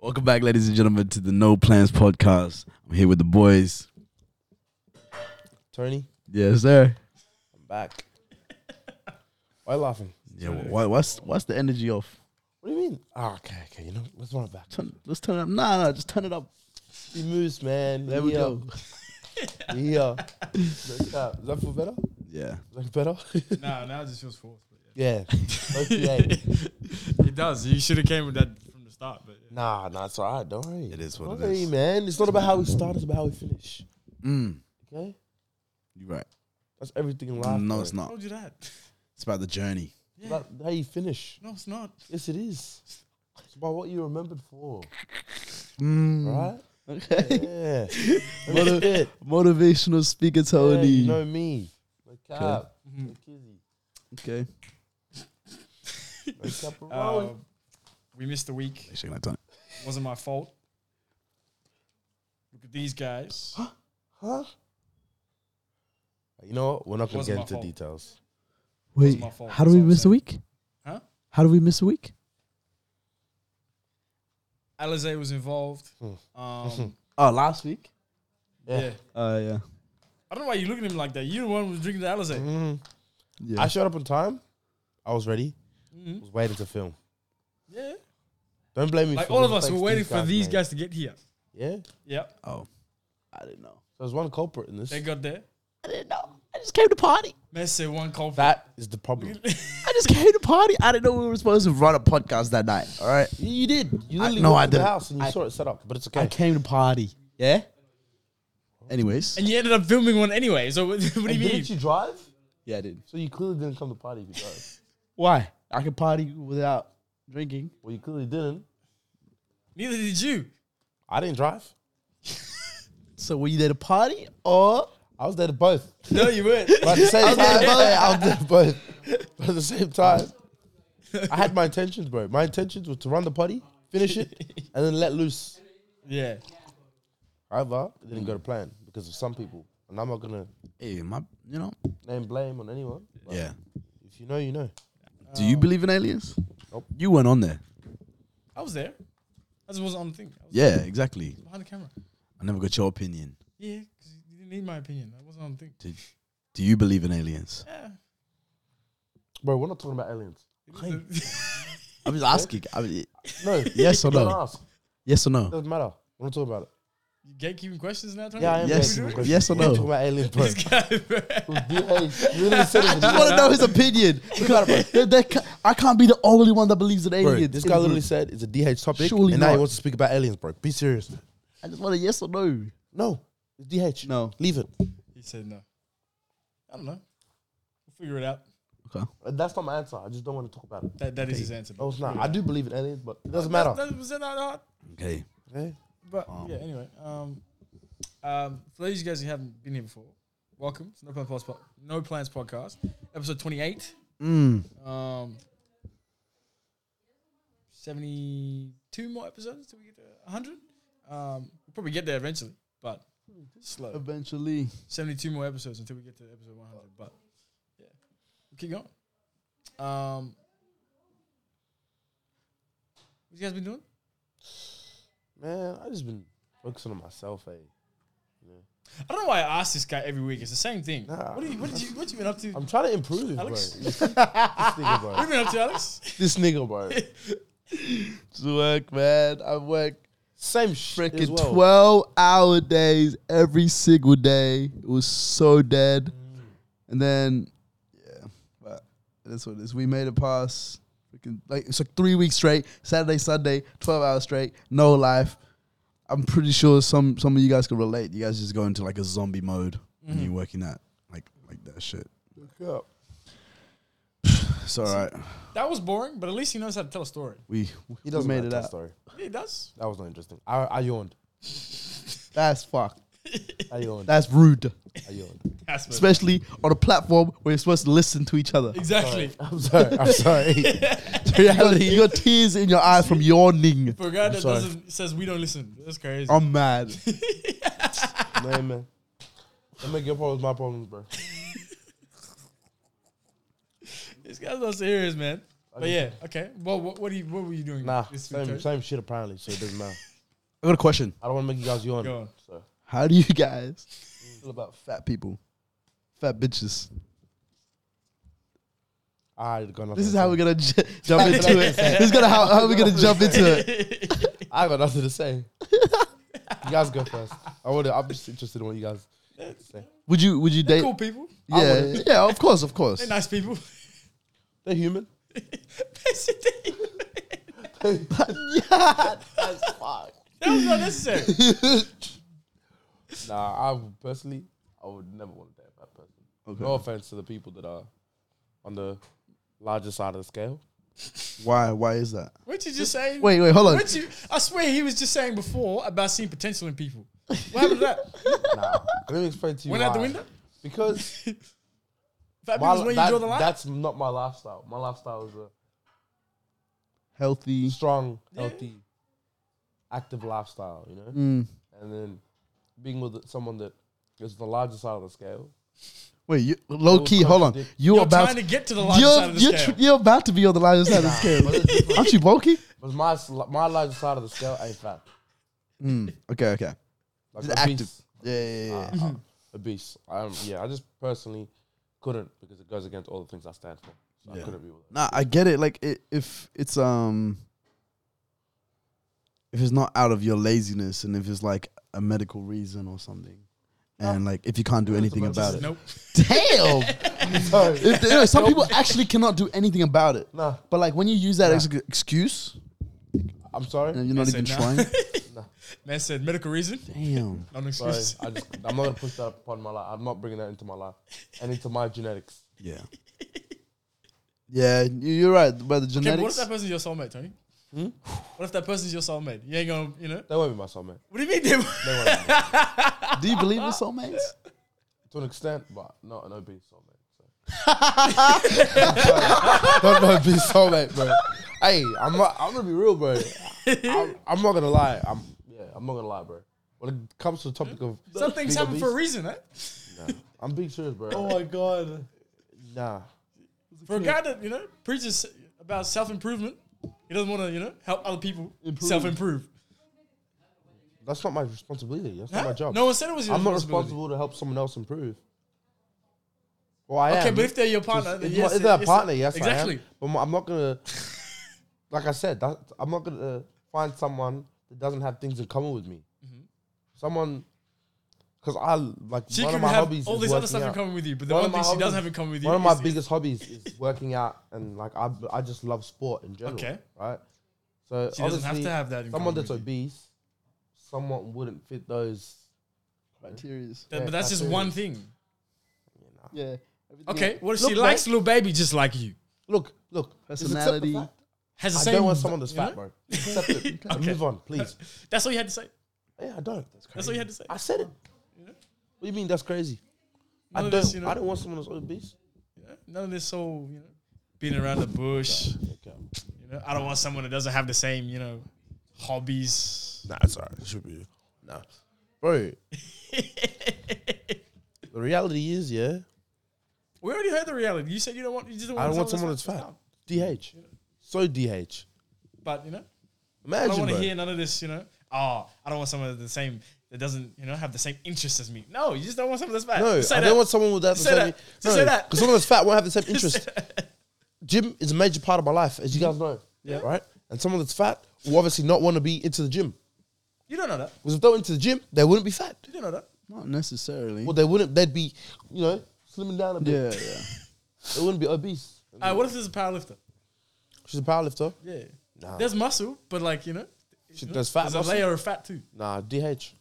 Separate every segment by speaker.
Speaker 1: Welcome back, ladies and gentlemen, to the No Plans podcast. I'm here with the boys.
Speaker 2: Tony,
Speaker 1: Yes, sir.
Speaker 2: I'm back. Why laughing?
Speaker 1: Yeah, why, what's what's the energy off?
Speaker 2: What do you mean? Ah, okay, okay. You know, let's run it back.
Speaker 1: Turn, let's turn it up. Nah, nah, just turn it up.
Speaker 2: We moves, man. uh,
Speaker 1: There we
Speaker 2: Yeah.
Speaker 1: go.
Speaker 2: Yeah. Let's go. Does that feel better? Does
Speaker 1: Yeah.
Speaker 2: that feel better?
Speaker 3: No, now it just feels forced. But
Speaker 2: yeah. Let's do
Speaker 3: yeah.
Speaker 2: that.
Speaker 3: it does. You should have came with that from the start. But yeah.
Speaker 2: Nah, nah, it's alright. Don't worry.
Speaker 1: It is what
Speaker 2: Don't
Speaker 1: it
Speaker 2: worry,
Speaker 1: is.
Speaker 2: man. It's not about how we start. It's about how we finish.
Speaker 1: Mm,
Speaker 2: Okay.
Speaker 1: you're right. Mm,
Speaker 2: That's everything in life.
Speaker 1: no,
Speaker 2: bro.
Speaker 1: it's
Speaker 3: I
Speaker 1: not.
Speaker 3: told you that.
Speaker 1: It's about the journey.
Speaker 2: It's about how you finish.
Speaker 3: No, it's not.
Speaker 2: Yes, it is. It's about what you remembered for,
Speaker 1: Mm.
Speaker 2: right?
Speaker 1: Okay.
Speaker 2: Yeah.
Speaker 1: What a-
Speaker 2: That's it.
Speaker 1: Motivational speaker
Speaker 2: Yeah,
Speaker 1: Tony.
Speaker 2: you know me. Like cap.
Speaker 3: Mhm.
Speaker 1: Okay.
Speaker 2: Like
Speaker 3: Uh,
Speaker 2: chaperone.
Speaker 3: we missed a week.
Speaker 1: Shaking that Tony.
Speaker 3: Wasn't my fault. Look at these guys.
Speaker 2: Huh? You know what? We're not gonna
Speaker 3: Wasn't
Speaker 2: get
Speaker 3: my
Speaker 2: into
Speaker 3: fault.
Speaker 2: details.
Speaker 3: Wait, my fault, how do that's we all I'm miss a saying.
Speaker 1: week?
Speaker 3: Huh?
Speaker 1: How do we miss a week?
Speaker 3: Alize was involved.
Speaker 2: Hmm.
Speaker 3: Um,
Speaker 1: Oh, last week.
Speaker 3: yeah.
Speaker 2: Yeah.
Speaker 1: Uh, yeah.
Speaker 3: I don't know why you look at him like that. You the one who was drinking the Alize.
Speaker 2: Mhm.
Speaker 1: Yeah.
Speaker 2: I showed up on time. I was ready. I
Speaker 3: Mhm.
Speaker 2: was waiting to film.
Speaker 3: Yeah.
Speaker 2: Don't blame me.
Speaker 3: Like
Speaker 2: for
Speaker 3: all
Speaker 2: the
Speaker 3: of us were
Speaker 2: mistakes
Speaker 3: waiting for these
Speaker 2: made.
Speaker 3: guys to get here.
Speaker 2: Yeah.
Speaker 3: Yeah.
Speaker 1: oh, I didn't know.
Speaker 2: There's one culprit in this.
Speaker 3: They got there.
Speaker 1: I didn't know. I just came to party.
Speaker 3: Messi one cold.
Speaker 2: That is the problem.
Speaker 1: I just came to party. I didn't know we were supposed to run a podcast that night. All right.
Speaker 2: you, you did. You
Speaker 1: I-
Speaker 2: literally
Speaker 1: no,
Speaker 2: went
Speaker 1: I
Speaker 2: to
Speaker 1: didn't.
Speaker 2: the house and you
Speaker 1: I-
Speaker 2: saw it set up, but it's okay.
Speaker 1: I came to party. Yeah. Anyways.
Speaker 3: and you ended up filming one anyway. So what, what do you
Speaker 2: And
Speaker 3: mean?
Speaker 2: didn't you drive?
Speaker 1: yeah, I did.
Speaker 2: So you clearly didn't come to party if you drove.
Speaker 1: Why? I could party without drinking.
Speaker 2: well, you clearly didn't.
Speaker 3: Neither did you.
Speaker 2: I didn't drive.
Speaker 1: So were you there to party or?
Speaker 2: I was there to both.
Speaker 3: No, you weren't.
Speaker 2: But at the
Speaker 1: there
Speaker 2: same time,
Speaker 1: to both.
Speaker 2: hey, I was there to both. But at the same time, I had my intentions, bro. My intentions were to run the potty, finish it, and then let loose.
Speaker 3: yeah.
Speaker 2: However, it didn't go
Speaker 1: Mm.
Speaker 2: to plan because of some people, and I'm not gonna
Speaker 1: Hey, my, you know.
Speaker 2: name blame on anyone. but
Speaker 1: Yeah.
Speaker 2: If you know, you know.
Speaker 1: Do you believe in aliens?
Speaker 2: Nope.
Speaker 1: You weren't on there.
Speaker 3: I was there. I just wasn't on the thing. I was
Speaker 1: Yeah, exactly.
Speaker 3: behind the camera.
Speaker 1: I never got your opinion.
Speaker 3: Yeah, because you didn't need my opinion. I wasn't on the thing.
Speaker 1: Do you believe in aliens?
Speaker 3: Yeah.
Speaker 2: Bro, we're not talking about aliens.
Speaker 3: It was the-
Speaker 1: I'm just asking. I mean,
Speaker 2: No.
Speaker 1: Yes or
Speaker 2: don't
Speaker 1: no?
Speaker 2: ask.
Speaker 1: yes or no?
Speaker 2: Doesn't matter. We're not talking about it.
Speaker 3: You gatekeeping questions now, Tony?
Speaker 2: Yeah, I am.
Speaker 1: Yes.
Speaker 2: asking the question.
Speaker 1: Yes or
Speaker 2: We're not
Speaker 1: no?
Speaker 2: talking about aliens, bro.
Speaker 3: This guy, bro.
Speaker 2: DA, you literally said it.
Speaker 1: I want to know his opinion. Because there- there ca- I can't be the only one that believes in aliens.
Speaker 2: Bro, this guy literally said it's a DH topic,
Speaker 1: Surely
Speaker 2: and now he
Speaker 1: not.
Speaker 2: wants to speak about aliens, bro. Be serious.
Speaker 1: I just want a yes or no.
Speaker 2: No, it's DH.
Speaker 1: No.
Speaker 2: Leave it.
Speaker 3: he said no. I don't know. We'll figure it out.
Speaker 1: Okay.
Speaker 2: Uh, That's not my answer. I just don't want to talk about it.
Speaker 3: That that is his answer.
Speaker 2: No,
Speaker 3: bro.
Speaker 2: it's not. I do believe in aliens, but it doesn't matter.
Speaker 3: That was it, not- not-
Speaker 1: Okay.
Speaker 2: Okay?
Speaker 3: But
Speaker 1: Um.
Speaker 3: yeah, anyway. Um, um, for those of you guys who haven't been here before, welcome to No Plans Podcast. No Plans Podcast, episode twenty-eight.
Speaker 1: Mm.
Speaker 3: Um, seventy-two more episodes till we get to hundred. Um, we'll probably get there eventually, but
Speaker 2: Uh,
Speaker 3: slow.
Speaker 1: Eventually.
Speaker 3: 72 more episodes until we get to episode 100. But yeah, we'll keep going. Um, what you guys been doing?
Speaker 2: Man, I just been focusing on myself, eh?
Speaker 3: I don't know why I ask this guy every week. It's the same thing.
Speaker 2: Nah.
Speaker 3: what, did you, what, did you, what you been up to?
Speaker 2: I'm trying to improve,
Speaker 3: Alex?
Speaker 2: bro. this nigga,
Speaker 3: what
Speaker 2: bro.
Speaker 3: you been up to, Alex?
Speaker 2: This nigga, bro.
Speaker 1: It's work, man. I work
Speaker 2: Same shit
Speaker 1: freaking
Speaker 2: as well.
Speaker 1: 12 hour days every single day. It was so dead. And then, yeah, but that's what it is. We made it past freaking, like, it's like three weeks straight Saturday, Sunday, 12 hours straight, no life. I'm pretty sure some, some of you guys can relate. You guys just go into like a zombie mode when you're working at like like that shit.
Speaker 2: Yeah.
Speaker 1: It's all right.
Speaker 3: That was boring, but at least he knows how to tell a story.
Speaker 1: We,
Speaker 2: He
Speaker 1: we
Speaker 2: doesn't
Speaker 1: made it
Speaker 2: that
Speaker 1: out.
Speaker 2: story.
Speaker 3: Yeah, he does.
Speaker 2: That was not interesting. I, I yawned.
Speaker 1: That's fucked.
Speaker 2: I yawned.
Speaker 1: That's rude.
Speaker 2: I yawned.
Speaker 3: That's better.
Speaker 1: Especially on a platform where you're supposed to listen to each other.
Speaker 3: Exactly.
Speaker 2: I'm sorry. I'm sorry.
Speaker 1: you, got, you got tears in your eyes from yawning.
Speaker 3: For a guy that
Speaker 2: sorry.
Speaker 3: doesn't says we don't listen. That's crazy.
Speaker 1: I'm mad.
Speaker 2: no, man. Don't make your problems my problems, bro.
Speaker 3: this guy's not serious, man. But yeah, okay. Well, what, what, are you, what were you doing?
Speaker 2: Nah,
Speaker 3: this week,
Speaker 2: same,
Speaker 3: Cody?
Speaker 2: same shit apparently, so it doesn't matter.
Speaker 1: I got a question.
Speaker 2: I don't want to make you guys yawn.
Speaker 3: Go on.
Speaker 2: So
Speaker 1: How do you guys feel about fat people? Fat bitches.
Speaker 2: I got nothing.
Speaker 1: This is
Speaker 2: to
Speaker 1: how
Speaker 2: say.
Speaker 1: we're gonna j- jump into it. This is gonna how, how we're gonna jump into it.
Speaker 2: I got nothing to say. you guys go first. I want to. I'm just interested in what you guys say.
Speaker 1: Would you would you
Speaker 3: They're
Speaker 1: date?
Speaker 3: cool people.
Speaker 2: I
Speaker 1: Yeah,
Speaker 2: wouldn't.
Speaker 1: yeah, of course, of course.
Speaker 3: They're nice people.
Speaker 2: They're human.
Speaker 3: Basically,
Speaker 2: yeah, that's fuck.
Speaker 3: that was not necessary.
Speaker 2: Nah, I would- personally, I would never want to date that person.
Speaker 1: Okay.
Speaker 2: No offense to the people that are on the larger side of the scale.
Speaker 1: Why? Why is that?
Speaker 3: Weren't you just saying?
Speaker 1: Wait, wait, hold on.
Speaker 3: Weren't you, I swear he was just saying before about seeing potential in people. What happened to that?
Speaker 2: Nah, let me explain to you.
Speaker 3: Went out the
Speaker 2: why.
Speaker 3: window?
Speaker 2: because
Speaker 3: That
Speaker 2: my,
Speaker 3: means when
Speaker 2: that-
Speaker 3: you draw the line.
Speaker 2: that's not my lifestyle. My lifestyle is a
Speaker 1: Healthy.
Speaker 2: strong, healthy, active lifestyle. You know.
Speaker 1: Mm.
Speaker 2: and then being with someone that is the larger side of the scale.
Speaker 1: Wait, you, low
Speaker 2: Those
Speaker 1: key. Hold on.
Speaker 2: contradict-
Speaker 1: You're,
Speaker 3: you're
Speaker 1: about
Speaker 3: trying to
Speaker 1: to,
Speaker 3: get to the line
Speaker 1: you're
Speaker 3: side of the
Speaker 1: you're, tr-
Speaker 3: scale.
Speaker 1: you're about to be on the larger side of the scale. Aren't you bulky?
Speaker 2: But my sl- my larger side of the scale ain't fat.
Speaker 1: Mm. Okay, okay.
Speaker 2: Like
Speaker 1: Just
Speaker 2: obese.
Speaker 1: active. Yeah, yeah, yeah.
Speaker 3: Ah.
Speaker 2: Uh, uh, obese. Um, yeah, I just personally couldn't because it goes against all the things I stand for. So
Speaker 1: Yeah.
Speaker 2: I couldn't be with it.
Speaker 1: Nah, I get it. Like i if it's um, if it's not out of your laziness, and if it's like a medical reason or something,
Speaker 3: Ah.
Speaker 1: and like if you can't do anything about it.
Speaker 3: nope.
Speaker 1: Damn.
Speaker 2: Sorry.
Speaker 1: If the- you know, some people actually cannot do anything about it.
Speaker 2: Nah,
Speaker 1: But like when you use that as an excuse,
Speaker 2: I'm sorry.
Speaker 1: and you're not
Speaker 3: Man
Speaker 1: even
Speaker 3: said
Speaker 1: trying.
Speaker 3: nah. Man said medical reason,
Speaker 1: Damn.
Speaker 3: not an
Speaker 2: Sorry.
Speaker 3: excuse.
Speaker 2: I just, I'm not gonna push that upon my life. I'm not bringing that into my life and into my genetics.
Speaker 1: Yeah. Yeah, you- you're right about the
Speaker 3: Okay, but what if
Speaker 1: genetics.
Speaker 3: that person's your soulmate, Tony?
Speaker 2: Hmm?
Speaker 3: What if that person's your soulmate? You ain't gonna, you know.
Speaker 2: They won't be my soulmate.
Speaker 3: What do you mean? They
Speaker 2: They won't be my-
Speaker 1: do you believe in soulmates?
Speaker 2: to an extent, but not an obese soulmate. So.
Speaker 1: Don't know if it's
Speaker 2: soulmate, bro. Hey, I'm not, I'm gonna be real, bro. I'm, I'm not gonna lie. I'm yeah, I'm not gonna lie, bro. When it comes to the topic of
Speaker 3: some things
Speaker 2: being
Speaker 3: happen for Oh. a
Speaker 2: obese, Oh
Speaker 3: reason, eh?
Speaker 2: nah, I'm being serious, bro.
Speaker 1: my god.
Speaker 2: Nah,
Speaker 3: For a guy that you know preaches about self improvement, he doesn't want to, you know, help other people
Speaker 1: Improve.
Speaker 3: self improve.
Speaker 2: that's not my responsibility. That's not my job.
Speaker 3: No one said it was your
Speaker 2: I'm not
Speaker 3: responsibility.
Speaker 2: responsible to help someone else improve. Well, I
Speaker 3: Okay,
Speaker 2: am.
Speaker 3: but if they're your partner, then
Speaker 2: It's
Speaker 3: yes,
Speaker 2: my- it's their
Speaker 3: yes,
Speaker 2: partner, yes,
Speaker 3: exactly.
Speaker 2: I am. But I'm- I'm not gonna, like I said, that, I'm not gonna find someone that doesn't have things in common with me.
Speaker 3: Mm-hmm.
Speaker 2: Someone, because I like
Speaker 3: She
Speaker 2: one
Speaker 3: can
Speaker 2: of my
Speaker 3: have
Speaker 2: hobbies.
Speaker 3: all
Speaker 2: is
Speaker 3: this other
Speaker 2: working
Speaker 3: stuff in
Speaker 2: out.
Speaker 3: common with you, but the
Speaker 2: One
Speaker 3: one,
Speaker 2: of my
Speaker 3: thing she doesn't
Speaker 2: hobbies-
Speaker 3: have in common with you.
Speaker 2: One of my
Speaker 3: is-
Speaker 2: biggest hobbies is working out, and like I, I just love sport in general.
Speaker 3: Okay.
Speaker 2: right. So
Speaker 3: She doesn't have
Speaker 2: obviously,
Speaker 3: to have that in
Speaker 2: someone
Speaker 3: common
Speaker 2: that's
Speaker 3: with you.
Speaker 2: obese, someone wouldn't fit those.
Speaker 3: That-
Speaker 2: yeah,
Speaker 3: but that's just
Speaker 2: that's
Speaker 3: one
Speaker 2: it.
Speaker 3: thing.
Speaker 2: You know.
Speaker 1: Yeah.
Speaker 3: Okay, what if
Speaker 2: Look,
Speaker 3: she
Speaker 2: man.
Speaker 3: likes little baby just like you?
Speaker 2: Look, look, just accept the
Speaker 1: Personality.
Speaker 2: fact.
Speaker 3: Has the
Speaker 2: I
Speaker 3: same.
Speaker 2: don't want someone that's
Speaker 3: you know?
Speaker 2: fat, bro. Accept it. And Move on, please.
Speaker 3: That's all you had to say.
Speaker 2: Yeah, I don't.
Speaker 3: That's all you had to say.
Speaker 2: I said it. What do you mean that's crazy?
Speaker 3: None
Speaker 2: I
Speaker 3: of
Speaker 2: don't.
Speaker 3: this, you know-
Speaker 2: I don't want someone that's obese.
Speaker 3: Yeah, None of this whole, you know, being around the bush.
Speaker 2: Okay.
Speaker 3: You know, I don't want someone that doesn't have the same, you know, hobbies.
Speaker 2: Nah, it's alright. It should be. Nah, bro. the reality is, yeah,
Speaker 3: We already heard the reality. You said you don't want. You just don't
Speaker 2: I
Speaker 3: want
Speaker 2: don't want someone that's fat. DH. So DH.
Speaker 3: But you know, I don't
Speaker 2: Imagine,
Speaker 3: want to
Speaker 2: bro.
Speaker 3: hear none of this. You know, oh, I don't want someone that's the same that doesn't, you know, have the same interests as me. No, you just don't want someone that's fat.
Speaker 2: No,
Speaker 3: Just say
Speaker 2: I
Speaker 3: that.
Speaker 2: don't want someone with that.
Speaker 3: Just say that. Just say that.
Speaker 2: Because someone that's fat won't have the same
Speaker 3: Just
Speaker 2: interest.
Speaker 3: say that.
Speaker 2: Gym is a major part of my life, as you guys know. Yeah. Right? And someone that's fat will obviously not want to be into the gym.
Speaker 3: You don't know that.
Speaker 2: Because if they went into the gym, they wouldn't be fat.
Speaker 3: You don't know that.
Speaker 1: Not necessarily.
Speaker 2: Well, they wouldn't. They'd be, you know, slimming down a bit.
Speaker 1: yeah, yeah.
Speaker 2: They wouldn't be obese.
Speaker 3: All right, what if there's a powerlifter?
Speaker 2: She's a powerlifter.
Speaker 3: Yeah,
Speaker 2: Nah.
Speaker 3: there's muscle, but like you know,
Speaker 2: She does fat.
Speaker 3: there's
Speaker 2: muscle.
Speaker 3: a layer of fat too.
Speaker 2: Nah, DH.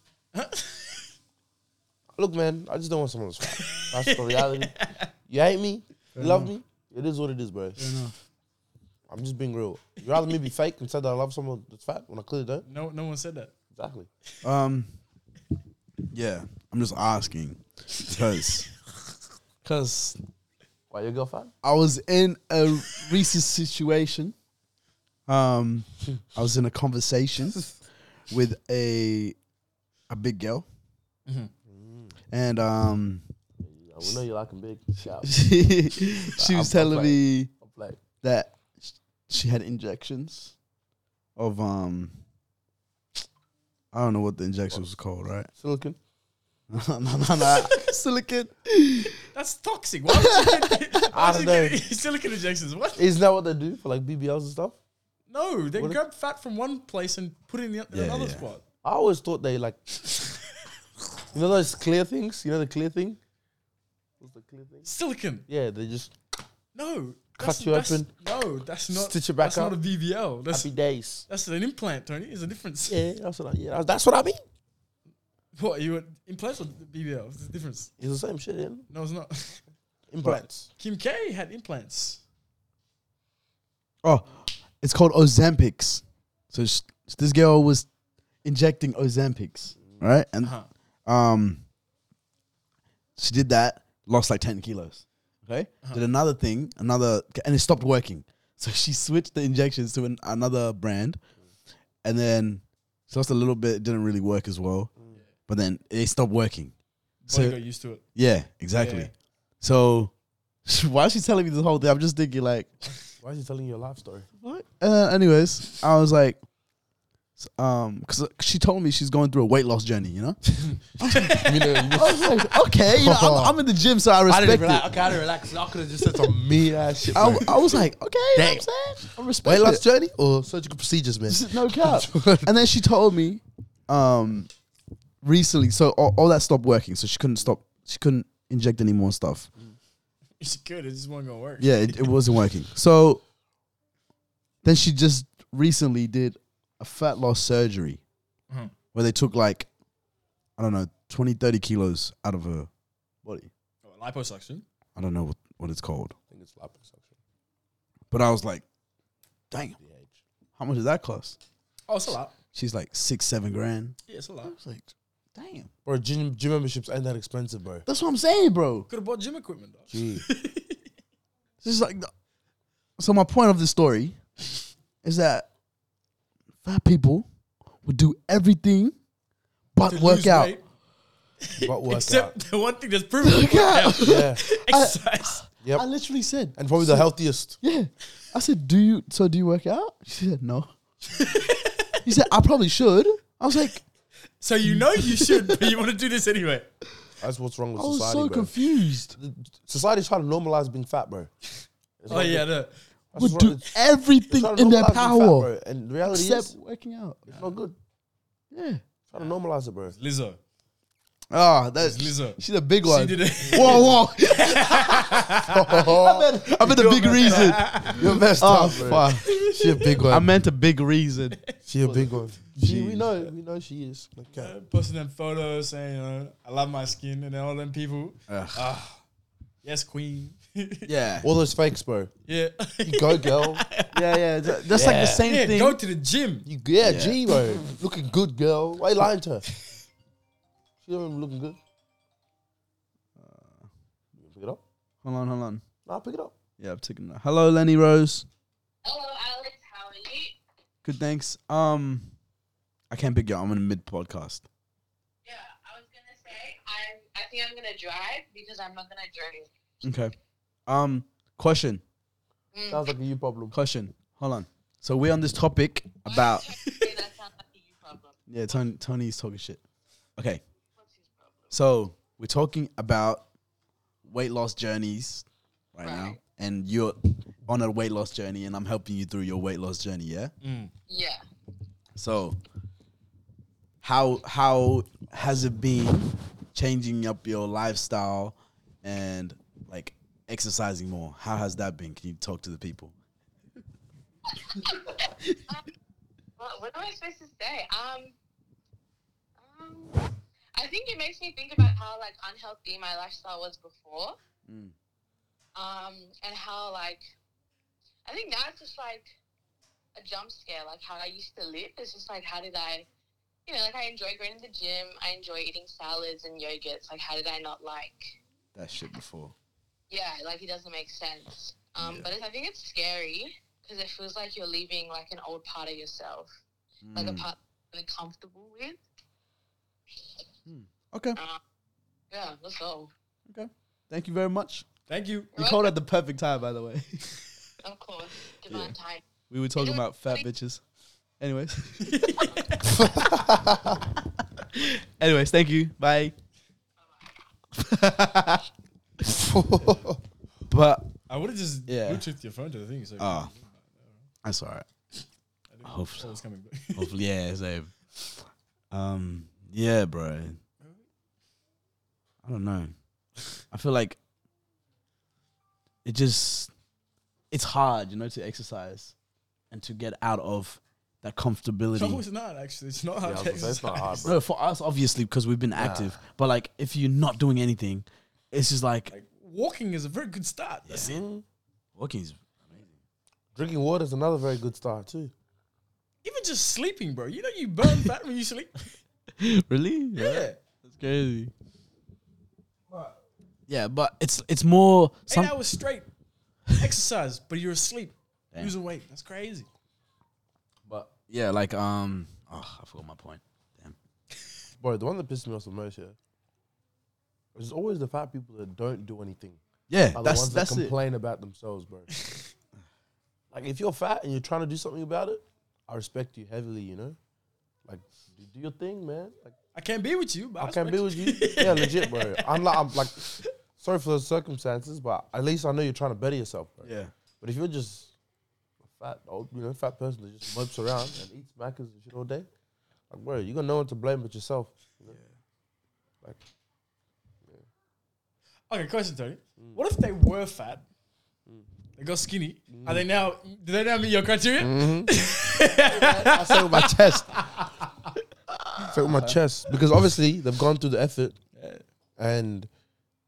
Speaker 2: Look, man, I just don't want someone that's fat. That's the reality. You hate me, you love me. It is what it is, bro. I'm just being real. You rather me be fake and say that I love someone that's fat when I clearly don't?
Speaker 3: No, no one said that.
Speaker 2: Exactly.
Speaker 1: Um, yeah, I'm just asking because because
Speaker 2: Why your girl fat?
Speaker 1: I was in a recent situation. Um, I was in a conversation with a a big girl, and um,
Speaker 2: Yeah, we know you like him big. Yeah,
Speaker 1: she, she was telling me
Speaker 2: I'm like,
Speaker 1: that she had injections of um I don't know what the injections was called, right?
Speaker 2: Silicon.
Speaker 1: no, no, no. Silicon.
Speaker 3: That's toxic. Why would you get
Speaker 2: I
Speaker 3: why would
Speaker 2: don't know.
Speaker 3: you get silicon injections? What?
Speaker 2: Isn't that what they do for like BBLs and stuff?
Speaker 3: No, they
Speaker 2: What if-
Speaker 3: grab fat from one place and put it in, the, in
Speaker 1: Yeah,
Speaker 3: another
Speaker 1: yeah.
Speaker 3: spot.
Speaker 2: I always thought they like, you know those clear things. You know the clear thing. What's the clear thing?
Speaker 3: Silicon.
Speaker 2: Yeah, they just
Speaker 3: No.
Speaker 2: Cut
Speaker 3: that's-
Speaker 2: you
Speaker 3: that's-
Speaker 2: open.
Speaker 3: No, that's not.
Speaker 2: Stitch it back
Speaker 3: that's
Speaker 2: up.
Speaker 3: not a BBL. That's
Speaker 2: happy days.
Speaker 3: that's an implant, Tony. There's a difference.
Speaker 2: Yeah, that's what I. Yeah, that's what I mean.
Speaker 3: What you were implants or BBL? There's a difference.
Speaker 2: It's the same shit. Yeah?
Speaker 3: No, it's not.
Speaker 2: Implants.
Speaker 3: Kim K had implants.
Speaker 1: Oh, it's called Ozempics. So sh- this girl was injecting Ozempics, right? And
Speaker 3: Uh-huh.
Speaker 1: um, she did that, lost like ten kilos. Okay,
Speaker 3: Uh-huh.
Speaker 1: did another thing, another, and it stopped working. So she switched the injections to an, another brand, and then she lost a little bit. It didn't really work as well, but then it stopped working.
Speaker 3: Body
Speaker 1: So-
Speaker 3: got used to it.
Speaker 1: Yeah, exactly.
Speaker 3: Yeah.
Speaker 1: So why is she telling me this whole thing? I'm just thinking like,
Speaker 2: Why is he telling you your life story?
Speaker 1: what? Uh, anyways, I was like, s- um, because she told me she's going through a weight loss journey, you know?
Speaker 2: you know, you
Speaker 1: I was like, okay, you know, I'm, I'm in the gym, so I respect it.
Speaker 2: Okay, I didn't relax. I could have just said some me ass shit.
Speaker 1: I, I was like, okay, you know what
Speaker 2: Damn.
Speaker 1: I'm saying? I respect
Speaker 2: Weight loss
Speaker 1: it.
Speaker 2: journey or surgical procedures, man.
Speaker 1: Just No cap. and then she told me, um, recently, so all, all that stopped working, so she couldn't stop, she couldn't inject any more stuff.
Speaker 3: It's good. It just wasn't gonna work.
Speaker 1: Yeah, it, it wasn't working. So then she just recently did a fat loss surgery
Speaker 3: Mhm.
Speaker 1: where they took like, I don't know, 20, 30 kilos out of her body.
Speaker 3: Oh, liposuction.
Speaker 1: I don't know what, what it's called.
Speaker 2: think it's liposuction.
Speaker 1: But I was like, dang,
Speaker 2: DH.
Speaker 1: how much does that cost?
Speaker 3: Oh, it's a lot.
Speaker 1: She's like six, seven grand.
Speaker 3: Yeah, it's a
Speaker 1: I
Speaker 3: lot.
Speaker 1: was like, damn.
Speaker 2: Bro, gym, gym memberships ain't that expensive, bro.
Speaker 1: That's what I'm saying, bro.
Speaker 3: Could have bought gym equipment though.
Speaker 2: Gee.
Speaker 1: This is like, the, so my point of the story is that fat people would do everything but
Speaker 3: To
Speaker 1: work
Speaker 3: lose
Speaker 1: out.
Speaker 3: weight,
Speaker 2: But work
Speaker 3: Except
Speaker 2: out.
Speaker 3: the one thing that's proven. to
Speaker 1: Work
Speaker 3: work out.
Speaker 1: out.
Speaker 2: Yeah.
Speaker 3: Exercise.
Speaker 2: Yep.
Speaker 1: I literally said,
Speaker 2: And probably the healthiest.
Speaker 1: yeah. I said, do you, so do you work out? She said, no. he said, I probably should. I was like,
Speaker 3: so you know you should, but you want to do this anyway.
Speaker 2: That's what's wrong with
Speaker 1: I was
Speaker 2: society,
Speaker 1: so
Speaker 2: bro.
Speaker 1: confused.
Speaker 2: The- Society's trying to normalize being fat, bro. It's
Speaker 3: Oh
Speaker 2: like-
Speaker 3: yeah, no.
Speaker 2: that's
Speaker 1: Would
Speaker 2: what's
Speaker 1: do
Speaker 2: wrong. It's- it's
Speaker 1: everything
Speaker 2: trying to
Speaker 1: in their
Speaker 2: normalize being fat,
Speaker 1: power
Speaker 2: bro. And the reality
Speaker 1: except
Speaker 2: is,
Speaker 1: working out.
Speaker 2: it's not good.
Speaker 1: Yeah.
Speaker 2: Trying to normalize it, bro.
Speaker 3: Lizzo.
Speaker 1: Ah, that's
Speaker 3: It's Lizzo.
Speaker 1: She's a big
Speaker 3: She
Speaker 1: one.
Speaker 3: did it.
Speaker 1: Whoa, whoa. I meant, I meant a big reason.
Speaker 2: You're messed
Speaker 1: Oh,
Speaker 2: up, bro.
Speaker 1: fuck.
Speaker 2: She a big one.
Speaker 1: I meant a big reason.
Speaker 2: she a big one. She, we
Speaker 1: Jeez.
Speaker 2: know, we know she is. Okay.
Speaker 3: Uh, Posting them photos saying, you know, I love my skin, and then all them people. Ah, yes, queen.
Speaker 1: Yeah.
Speaker 2: All those fakes, bro.
Speaker 3: yeah.
Speaker 2: You go, girl.
Speaker 1: Yeah, yeah. That's that's like the
Speaker 2: Yeah.
Speaker 1: same
Speaker 3: yeah,
Speaker 1: thing.
Speaker 3: go to the gym.
Speaker 2: You, yeah, G, bro. Looking good, girl. Why you lying to her? She don't even looking good. You gonna pick it up?
Speaker 1: Hold on, hold on.
Speaker 2: Nah, pick it up.
Speaker 1: Yeah, I'm taking that. Hello, Lenny Rose.
Speaker 4: Hello, Alex. How are you?
Speaker 1: Good, thanks. Um, I can't pick you. up. I'm in mid podcast.
Speaker 4: Yeah, I was gonna say I'm. I think I'm gonna drive because I'm not gonna drink.
Speaker 1: Okay. Um, question,
Speaker 2: Sounds like a you problem.
Speaker 1: question. Hold on. So we're on this topic about
Speaker 4: Okay, that sounds like a you problem.
Speaker 1: yeah. Tony, Tony's talking shit. Okay.
Speaker 4: What's his problem?
Speaker 1: So we're talking about weight loss journeys right, now,
Speaker 4: Right.
Speaker 1: and you're on a weight loss journey, and I'm helping you through your weight loss journey. Yeah.
Speaker 4: Yeah.
Speaker 1: So how how has it been changing up your lifestyle and like exercising more? How has that been? Can you talk to the people?
Speaker 4: What, what am I supposed to say? Um, um, I think it makes me think about how like unhealthy my lifestyle was before,
Speaker 1: Mm.
Speaker 4: um, and how like I think now it's just like a jump scare. Like how I used to live It's just like how did I, you know, like I enjoy going to the gym. I enjoy eating salads and yogurts. Like how did I not like?
Speaker 1: That shit before.
Speaker 4: yeah, like it doesn't make sense. Um,
Speaker 1: Yeah.
Speaker 4: But it's, I think it's scary because it feels like you're leaving like an old part of yourself, like a part you're really comfortable with.
Speaker 1: Okay.
Speaker 4: Uh, yeah, that's all.
Speaker 1: Okay. Thank you very much.
Speaker 3: Thank you.
Speaker 1: You called at the perfect time, by the way.
Speaker 4: Of course, divine time.
Speaker 1: We were talking about fat bitches. Anyways. Anyways, thank you. Bye. but
Speaker 3: I would have just
Speaker 1: Yeah.
Speaker 3: Bluetoothed your phone to the thing. So
Speaker 1: Ah. that's all right.
Speaker 3: I didn't
Speaker 1: hope
Speaker 3: know what was coming.
Speaker 1: Hopefully, yeah. So, um, yeah, bro. I don't know. I feel like it just it's hard, you know, to exercise and to get out of that
Speaker 3: no,
Speaker 1: comfortability.
Speaker 3: it's not actually. It's not
Speaker 2: Yeah, I
Speaker 3: hard.
Speaker 2: was
Speaker 3: to
Speaker 2: gonna say, it's not hard,
Speaker 3: exercise.
Speaker 2: bro.
Speaker 1: No, for us, obviously, because we've been active. But like, if you're not doing anything, it's just like
Speaker 3: Like walking is a very good start. That's it.
Speaker 2: Mm.
Speaker 1: walking. is-
Speaker 2: Drinking water is another very good start too.
Speaker 3: Even just sleeping, bro. You know you burn fat when you sleep.
Speaker 1: really?
Speaker 3: Yeah.
Speaker 1: that's crazy.
Speaker 3: Right.
Speaker 1: Yeah, but it's it's more
Speaker 3: Eight
Speaker 1: some.
Speaker 3: hours straight exercise, but you're asleep, losing weight. That's crazy.
Speaker 1: But yeah, like um, oh, I forgot my point. Damn.
Speaker 2: Bro, the one that pisses me off the most, yeah, is always the fat people that don't do anything.
Speaker 1: Yeah,
Speaker 2: Are the
Speaker 1: that's
Speaker 2: ones
Speaker 1: that's
Speaker 2: that
Speaker 1: it.
Speaker 2: complain about themselves, bro. like if you're fat and you're trying to do something about it, I respect you heavily, you know? Like do- do your thing, man. Like
Speaker 3: I can't be with you, but
Speaker 2: I can't be with you. yeah, legit, bro. I'm like I'm like sorry for the circumstances, but at least I know you're trying to better yourself, bro.
Speaker 1: Yeah.
Speaker 2: But if you're just a fat old, you know, fat person that just mopes around and eats macas and shit all day, like bro, you got no one to blame but yourself. You know? Like
Speaker 3: Okay, question, Tony.
Speaker 1: Mm.
Speaker 3: What if they were fat? They got skinny.
Speaker 1: Mm.
Speaker 3: Are they now? Do they now meet your criteria?
Speaker 2: I say with my chest. say with my
Speaker 1: Uh-huh.
Speaker 2: chest because obviously they've gone through the effort and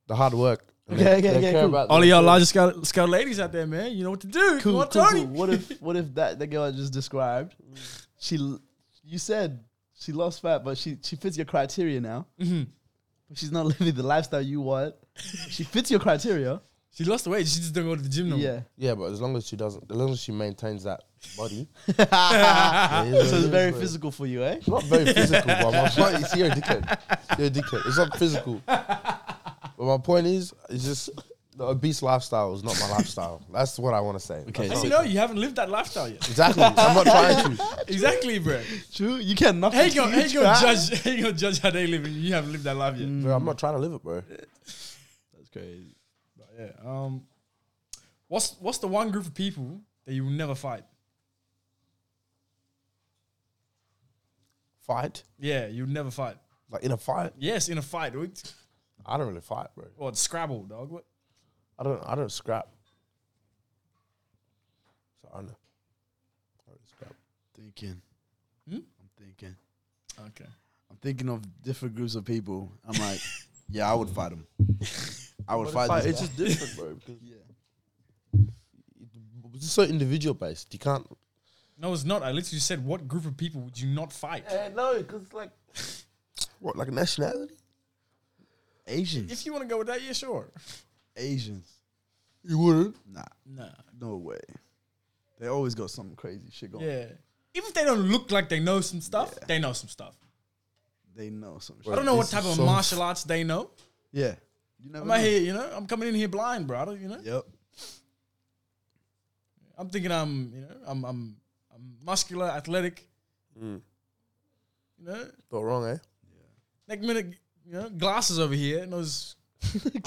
Speaker 2: the hard work. And
Speaker 1: Okay, okay, okay, cool.
Speaker 2: about
Speaker 3: All of
Speaker 2: the-
Speaker 3: y'all larger scale, scale ladies out there, man. You know what to do. Cool, you
Speaker 1: Cool,
Speaker 3: want
Speaker 1: cool,
Speaker 3: Tony. Mm.
Speaker 1: cool. What if what if that the girl I just described? She, l- you said she lost fat, but she she fits your criteria now.
Speaker 3: Mm-hmm.
Speaker 1: But she's not living the lifestyle you want. She fits your criteria.
Speaker 3: She lost the weight. She just don't go to the gym no more.
Speaker 1: Yeah.
Speaker 2: Yeah, but as long as she doesn't, as long as she maintains that body,
Speaker 1: so
Speaker 2: it is what
Speaker 1: it's
Speaker 2: it
Speaker 1: very
Speaker 2: is, bro.
Speaker 1: physical for you, eh?
Speaker 2: It's not very physical, but my point is you're a dickhead. You're a dickhead. It's not physical. But my point is, it's just the obese lifestyle is not my lifestyle. That's what I want to say.
Speaker 1: Okay.
Speaker 3: As you know, you haven't lived that lifestyle yet.
Speaker 2: Exactly. I'm not trying to.
Speaker 3: exactly, bro.
Speaker 1: True. You can't knock.
Speaker 3: How
Speaker 1: it
Speaker 3: you gonna,
Speaker 1: till you
Speaker 3: how you gonna
Speaker 1: try. Mm.
Speaker 3: judge? How you gonna judge how they live? And you haven't lived that life yet.
Speaker 2: Bro, I'm not trying to live it, bro.
Speaker 1: That's crazy.
Speaker 3: But yeah. Um, what's what's the one group of people that you will never fight?
Speaker 2: Fight.
Speaker 3: Yeah, you'll never fight.
Speaker 2: Like in a fight,
Speaker 3: Yes, in a fight, dude.
Speaker 2: I don't really fight, bro.
Speaker 3: Or it's Scrabble, dog. What?
Speaker 2: I don't. I don't scrap. So I don't know. I don't scrap.
Speaker 1: Thinking.
Speaker 3: Hmm?
Speaker 1: I'm thinking.
Speaker 3: Okay.
Speaker 1: I'm thinking of different groups of people. I'm like, yeah, I would fight them. I would
Speaker 2: But
Speaker 1: fight.
Speaker 2: it's
Speaker 1: This
Speaker 2: just different, bro. Because
Speaker 1: Yeah.
Speaker 2: it's just so individual based. You can't.
Speaker 3: No, it's not. I literally said, what group of people would you not fight?
Speaker 2: Eh, no, because like what, like a nationality?
Speaker 1: Asians.
Speaker 3: If you want to go with that, yeah, sure.
Speaker 1: Asians.
Speaker 2: You wouldn't.
Speaker 1: Nah.
Speaker 3: Nah.
Speaker 1: No way. They always got some crazy shit going.
Speaker 3: Yeah. Even if they don't look like they know some stuff, they know some stuff.
Speaker 1: They know some shit.
Speaker 3: I don't know what
Speaker 2: this
Speaker 3: type
Speaker 2: is
Speaker 3: of
Speaker 2: so-
Speaker 3: martial arts they know.
Speaker 1: Yeah. You never
Speaker 3: I'm out here, you know. I'm coming in here blind, bro. I don't, you know.
Speaker 1: Yep.
Speaker 3: I'm thinking I'm, you know, I'm, I'm, I'm muscular, athletic.
Speaker 2: Mm.
Speaker 3: You know,
Speaker 2: Thought wrong, eh?
Speaker 3: next minute, you know, glasses over here and those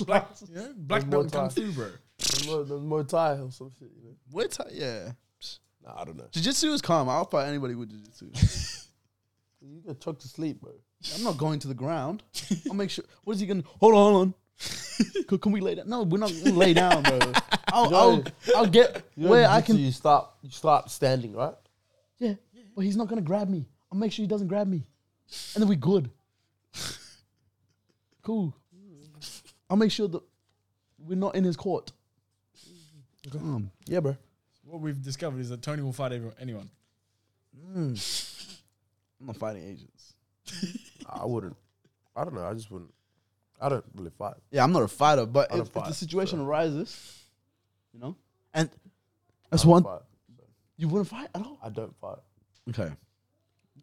Speaker 3: black, you know, black
Speaker 2: One
Speaker 3: belt
Speaker 2: more
Speaker 3: come through, bro.
Speaker 2: There's more, there's more Thai or some shit. You know?
Speaker 1: What? ti- yeah.
Speaker 2: Nah, I don't know.
Speaker 1: Jiu-jitsu is calm. I'll fight anybody with jiu-jitsu.
Speaker 2: You get choked to sleep, bro.
Speaker 1: I'm not going to the ground. I'll make sure. What is he going to... Hold on, hold on. can, can we lay down? No, we're not going to lay down, bro. I'll, I'll, I'll get
Speaker 2: You know,
Speaker 1: where I
Speaker 2: jiu-jitsu,
Speaker 1: can...
Speaker 2: You start. You start standing, right?
Speaker 1: Yeah, but he's not going to grab me. I'll make sure he doesn't grab me. And then we good. Cool. I'll make sure that we're not in his court. Calm.
Speaker 2: Yeah, bro.
Speaker 3: What we've discovered is that Tony will fight everyone, anyone.
Speaker 1: I'm not fighting agents.
Speaker 2: I wouldn't. I don't know. I just wouldn't. I don't really fight.
Speaker 1: Yeah, I'm not a fighter, but
Speaker 2: I'm a
Speaker 1: if, if
Speaker 2: fighter,
Speaker 1: the situation
Speaker 2: so-
Speaker 1: arises, you know, and that's
Speaker 2: I don't
Speaker 1: one
Speaker 2: Fight.
Speaker 1: you wouldn't fight at all.
Speaker 2: I don't fight.
Speaker 1: Okay.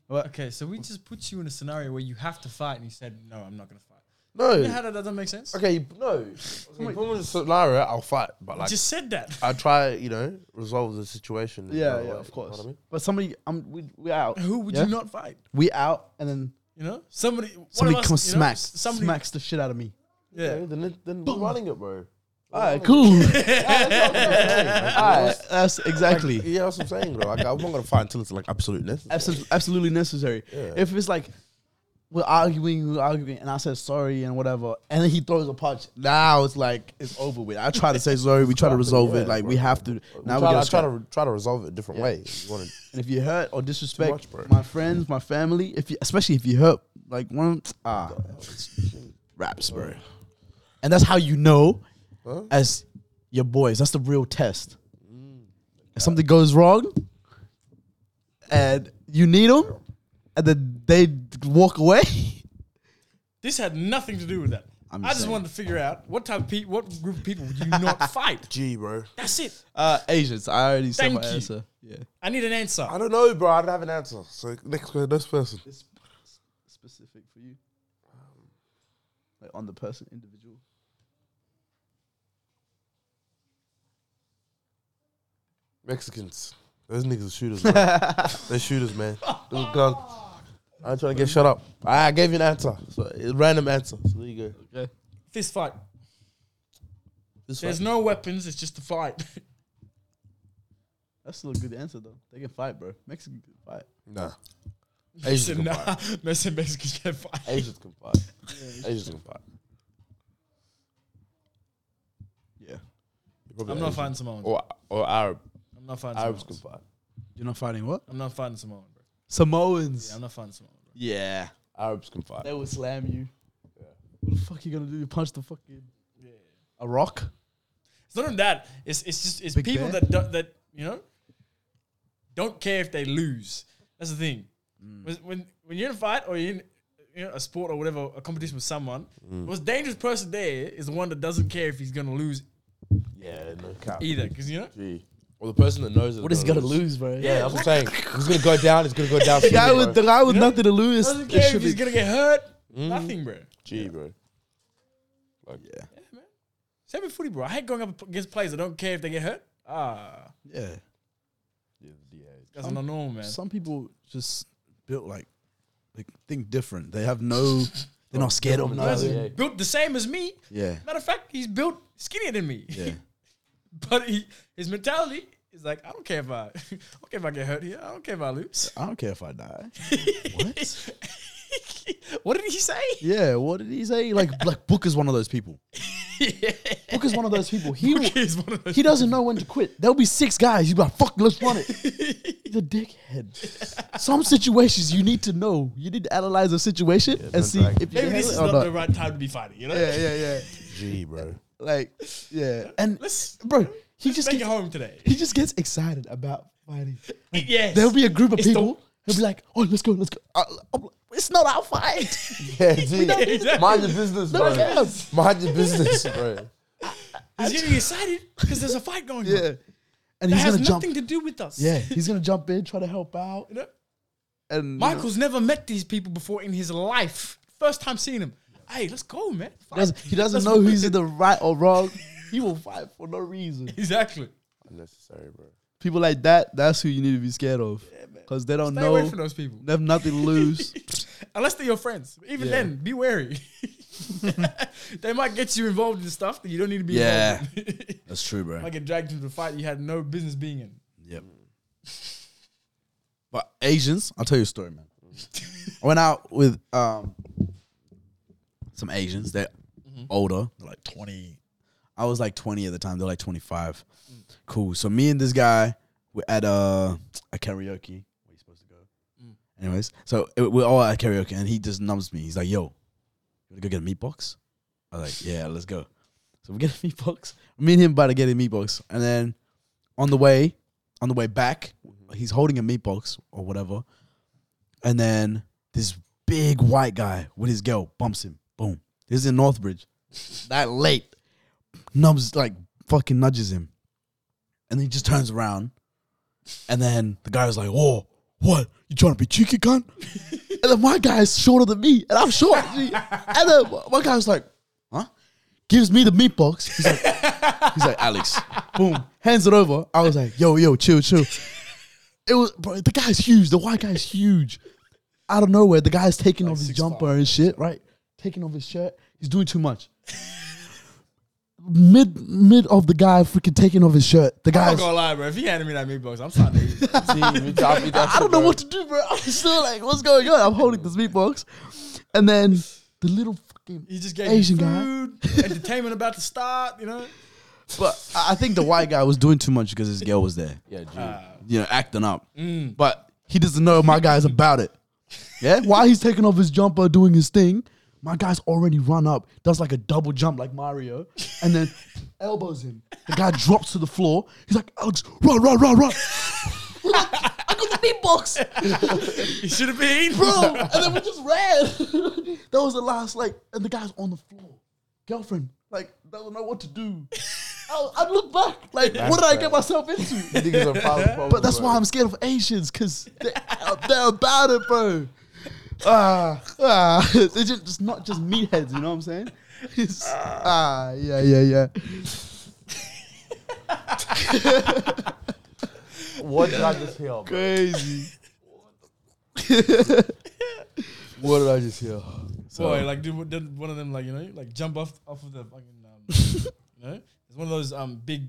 Speaker 3: Okay, so we just put you in a scenario where you have to fight, and you said, "No, I'm not going to fight." You know how
Speaker 2: No.
Speaker 3: that doesn't make sense?
Speaker 2: Okay, you- no. If I'm with Solara, I'll fight, but
Speaker 3: I
Speaker 2: like
Speaker 3: just said that.
Speaker 2: I try, you know, resolve the situation. in
Speaker 1: Yeah,
Speaker 2: another
Speaker 1: yeah,
Speaker 2: way,
Speaker 1: of course.
Speaker 2: You know what
Speaker 1: But somebody, um, we we out.
Speaker 3: Who would
Speaker 1: Yeah?
Speaker 3: you not fight?
Speaker 1: We out, and then
Speaker 3: You know, somebody. one of
Speaker 1: somebody
Speaker 3: us,
Speaker 1: comes
Speaker 3: you know,
Speaker 1: smack,
Speaker 3: s- Somebody.
Speaker 1: smacks the shit out of me.
Speaker 2: I mean?
Speaker 3: Yeah.
Speaker 2: Yeah, then it- then we're running it, bro.
Speaker 1: All right, cool. All right,
Speaker 2: Alright.
Speaker 1: that's exactly.
Speaker 2: Yeah, that's what I'm saying, bro. Like, I'm not gonna fight until it's like absolute necessary.
Speaker 1: Absol- absolutely necessary.
Speaker 2: Yeah.
Speaker 1: If it's like we're arguing, we're arguing, and I said sorry and whatever, and then he throws a punch. Now it's like it's over with. I try to say sorry. We try to resolve it.
Speaker 2: Yeah,
Speaker 1: Like we
Speaker 2: bro.
Speaker 1: have to. Now
Speaker 2: I
Speaker 1: we
Speaker 2: try,
Speaker 1: got
Speaker 2: I try to re- try to resolve it a different way. You wanna,
Speaker 1: And if you hurt or disrespect
Speaker 2: much, bro.
Speaker 1: my friends, my family, if you, especially if you hurt like one of 'em, ah raps, bro. And that's how you know
Speaker 2: Huh? Mm.
Speaker 1: as your boys. That's the real test. If something goes wrong, and you need them, and then they walk away.
Speaker 3: This had nothing to do with that. i
Speaker 1: I'm
Speaker 3: just
Speaker 1: saying.
Speaker 3: wanted to figure out what type of pe- what group of people would you not fight.
Speaker 2: Gee, bro.
Speaker 3: That's it.
Speaker 1: Uh, Asians. I already said
Speaker 3: Thank
Speaker 1: my
Speaker 3: you.
Speaker 1: answer. Yeah.
Speaker 3: I need an answer.
Speaker 2: I don't know, bro. I don't have an answer. So next, que- next person.
Speaker 1: It's specific for you, like on the person, individual.
Speaker 2: Mexicans. Those niggas are shooters, man. They're shooters, man. Those guns. I'm trying to get shut up. I gave you an answer. So a random answer. So there you go.
Speaker 1: Okay.
Speaker 3: Fist fight.
Speaker 2: This
Speaker 3: There's
Speaker 2: one.
Speaker 3: no weapons. It's just a fight.
Speaker 1: That's still a good answer though. They can fight, bro. Mexican can fight.
Speaker 2: Nah.
Speaker 3: So
Speaker 2: Asians can fight.
Speaker 3: nah, Messi and Mexicans can't fight.
Speaker 2: Asians can fight. Asians can fight.
Speaker 1: Yeah.
Speaker 2: You're probably
Speaker 3: I'm not
Speaker 2: Asian.
Speaker 3: fighting Samoan.
Speaker 2: Or or Arab.
Speaker 3: I'm not fighting
Speaker 2: Arabs
Speaker 3: Samoan.
Speaker 2: can fight.
Speaker 1: You're not fighting what?
Speaker 3: I'm not fighting Samoan, bro.
Speaker 1: Samoans.
Speaker 3: Yeah, I'm not fighting Samoan, bro.
Speaker 1: Yeah.
Speaker 2: Arabs can fight.
Speaker 1: They will slam you. What the fuck you gonna do? You punch the fucking a rock?
Speaker 3: It's not even that. It's it's just it's
Speaker 1: Big
Speaker 3: people
Speaker 1: Bear?
Speaker 3: that don't, that you know don't care if they lose. That's the thing.
Speaker 1: Mm.
Speaker 3: When- When when you're in a fight or you're in you know, a sport or whatever, a competition with someone,
Speaker 1: Mm.
Speaker 3: the most dangerous person there is the one that doesn't care if he's gonna lose
Speaker 2: Yeah, no cap.
Speaker 3: either. Because you know,
Speaker 2: Gee. Or the person that knows
Speaker 1: What is he gonna lose, bro?
Speaker 2: Yeah, that's what I'm saying. He's gonna go down. He's gonna go down.
Speaker 1: The guy
Speaker 2: swimming,
Speaker 1: with the
Speaker 2: bro.
Speaker 1: guy with
Speaker 3: You know,
Speaker 1: nothing to lose.
Speaker 3: doesn't
Speaker 1: it
Speaker 3: care
Speaker 1: should
Speaker 3: if he's
Speaker 1: be- Mm.
Speaker 3: gonna get hurt. Nothing, bro.
Speaker 2: Gee, bro. Like, yeah.
Speaker 3: Same with footy, bro. I hate going up against players that don't care if they get hurt. Ah,
Speaker 1: yeah.
Speaker 2: Yeah, the DA.
Speaker 3: that's not normal, man.
Speaker 5: Some people just built like they think different. They have no. They're not scared of
Speaker 3: Man's
Speaker 5: nothing.
Speaker 3: built the same as me.
Speaker 5: Yeah.
Speaker 3: Matter of fact, he's built skinnier than me.
Speaker 5: Yeah.
Speaker 3: But he, his mentality is like, I don't care if I, I don't care if I get hurt here. I don't care if I lose.
Speaker 5: I don't care if I die.
Speaker 3: What? what did he say?
Speaker 5: Yeah. What did he say? Like, like Booker's one of those people.
Speaker 1: Booker's one of those people. He will,
Speaker 3: He's one of those-
Speaker 1: he doesn't know when to quit. There'll be six guys. He's like, fuck, let's run it. He's a dickhead. Some situations you need to know. You need to analyze a situation and
Speaker 2: don't
Speaker 1: see
Speaker 2: drag.
Speaker 1: if you
Speaker 3: Maybe
Speaker 1: can
Speaker 3: this is
Speaker 1: handle it
Speaker 3: not
Speaker 1: or
Speaker 3: the right time to be fighting. You know,
Speaker 1: Yeah, yeah, yeah.
Speaker 2: Gee, bro.
Speaker 1: Like, yeah. And
Speaker 3: let's
Speaker 1: bro, he
Speaker 3: just
Speaker 1: just
Speaker 3: make
Speaker 1: gets,
Speaker 3: it home today.
Speaker 1: he just gets excited about fighting.
Speaker 3: yes,
Speaker 1: There'll be a group of
Speaker 3: It's the-
Speaker 1: people. He'll be like, "Oh, let's go, let's go." I, I'm like, it's not our fight.
Speaker 2: Yeah, gee.
Speaker 3: exactly.
Speaker 2: Mind your business,
Speaker 1: No one
Speaker 2: bro.
Speaker 1: cares.
Speaker 2: Mind your business, bro.
Speaker 3: he's getting excited because there's a fight going on.
Speaker 1: Yeah, and
Speaker 3: That
Speaker 1: he's
Speaker 3: has
Speaker 1: gonna jump.
Speaker 3: nothing to do with us.
Speaker 1: Yeah, he's gonna jump in, try to help out.
Speaker 3: You know?
Speaker 1: And
Speaker 3: Michael's never met these people before in his life. First time seeing him. Hey, let's go, man.
Speaker 1: he doesn't, he doesn't know who's in the right or wrong. He will fight for no reason.
Speaker 3: exactly.
Speaker 2: Unnecessary, bro.
Speaker 1: People like that, that's who you need to be scared of, because they don't
Speaker 3: Stay
Speaker 1: know.
Speaker 3: away from those people.
Speaker 1: They have nothing to lose.
Speaker 3: Unless they're your friends. Even then, be wary. they might get you involved in stuff that you don't need to be
Speaker 5: Yeah.
Speaker 3: involved in.
Speaker 5: That's true, bro.
Speaker 3: might get dragged into a fight you had no business being in.
Speaker 5: Yep. Mm. But Asians, I'll tell you a story, man. I went out with um some Asians. They're older, they're like twenty. I was like twenty at the time. They're like twenty five. Cool. So me and this guy, we're at a a karaoke. Where you supposed to go? Anyways, so it- we're all at karaoke, and he just numbs me. He's like, "Yo, you wanna go get a meat box?" I was like, "Yeah, let's go." So we get a meat box. Me and him about to get a meat box, and then on the way, on the way back, he's holding a meat box or whatever, and then this big white guy with his girl bumps him. Boom. This is in Northbridge. that late, nubs like fucking nudges him, and he just turns around, and then the guy was like, "Oh, what? You trying to be cheeky, cunt?"
Speaker 1: And then my guy's shorter than me, and I'm short. G. and then my guy was like, huh? Gives me the meat box. He's like, he's like, Alex. Boom. Hands it over. I was like, yo, yo, chill, chill. It was bro, the guy's huge. The white guy's huge. Out of nowhere, the guy's taking off his jumper and shit, right? Taking off his shirt. He's doing too much. mid mid of the guy freaking taking off his shirt. The
Speaker 3: I'm
Speaker 1: guy's
Speaker 3: not gonna lie, bro. If he handed me that meatballs, I'm starting to eat. it.
Speaker 1: I don't know what to do, bro. I'm still like, what's going on? I'm holding this meat box. And then the little fucking
Speaker 3: He just gave
Speaker 1: Asian
Speaker 3: me
Speaker 1: guy.
Speaker 3: food, entertainment about to start, you know?
Speaker 5: But I I think the white guy was doing too much because his girl was there,
Speaker 2: Yeah, dude.
Speaker 5: you know, acting up.
Speaker 1: but he doesn't know my guy's about it. Yeah? While he's taking off his jumper doing his thing, my guy's already run up, does like a double jump like Mario, and then elbows him. The guy drops to the floor. He's like, Alex, run, run, run, run. I got the meat box.
Speaker 3: He should have been.
Speaker 1: bro. And then we just ran. that was the last, like, and the guy's on the floor. Girlfriend, like, doesn't know what to do. I, I look back, like, what did I get myself into?
Speaker 2: Niggas are proud of
Speaker 1: But that's why I'm scared of Asians, because they, they're about it, bro. Ah, ah, it's just, it's not just meatheads, you know what I'm saying? It's- ah, yeah, yeah, yeah.
Speaker 2: What did I just hear? bro?
Speaker 1: Crazy.
Speaker 2: What did I just hear?
Speaker 3: Boy, like, did, did one of them, like, you know, like jump off off of the fucking, um, you know? It's one of those um big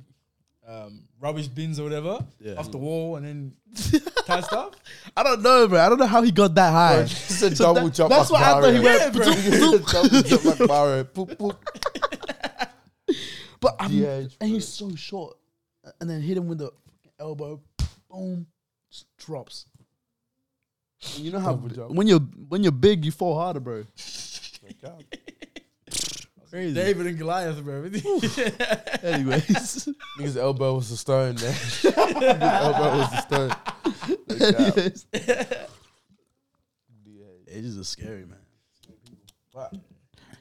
Speaker 3: um, rubbish bins or whatever off the wall and then kind of stuff.
Speaker 1: I don't know, bro. I don't know how he got that high.
Speaker 2: It's a double
Speaker 1: that-
Speaker 2: jump.
Speaker 1: that's
Speaker 2: like
Speaker 1: why I thought he
Speaker 2: Mario.
Speaker 1: went-
Speaker 2: double jump like Mario. Poop, poop.
Speaker 1: But I'm,
Speaker 2: DH,
Speaker 1: and he's so short. And then hit him with the fucking elbow. Boom. Just drops. And you know how
Speaker 2: Double jump.
Speaker 1: when you're when you're big, you fall harder, bro. Crazy.
Speaker 3: David and Goliath, bro.
Speaker 1: Anyways.
Speaker 2: Niggas elbow was a stone, man. Niggas elbow was a stone.
Speaker 1: Anyways.
Speaker 5: It is just scary, man.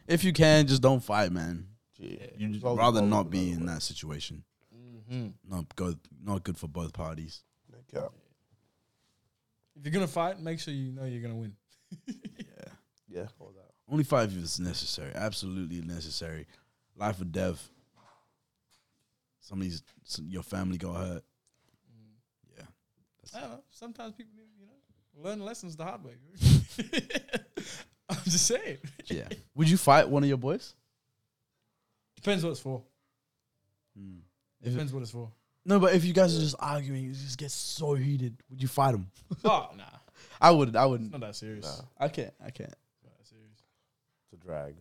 Speaker 5: If you can, just don't fight, man. You'd
Speaker 2: Solve the
Speaker 5: rather
Speaker 2: problem
Speaker 5: not be
Speaker 2: another
Speaker 5: in that situation. Mm-hmm. Not good. Not good for both parties.
Speaker 2: Yeah.
Speaker 3: if you're gonna fight, make sure you know you're gonna win.
Speaker 2: Yeah. all that.
Speaker 5: Only fight if it's necessary. Absolutely necessary. Life or death. Somebody's some, your family got hurt.
Speaker 3: I don't know. Sometimes people, you know, learn lessons the hard way. I'm just saying.
Speaker 5: Yeah. Would you fight one of your boys?
Speaker 3: Depends what it's for.
Speaker 5: If it-
Speaker 3: Depends what it's for.
Speaker 5: No, but if you guys are just arguing, you just get so heated. Would you fight him?
Speaker 3: Oh nah,
Speaker 5: I wouldn't. I wouldn't.
Speaker 3: not that serious.
Speaker 2: Nah.
Speaker 5: I can't. I can't.
Speaker 3: Not that serious.
Speaker 2: It's a drag.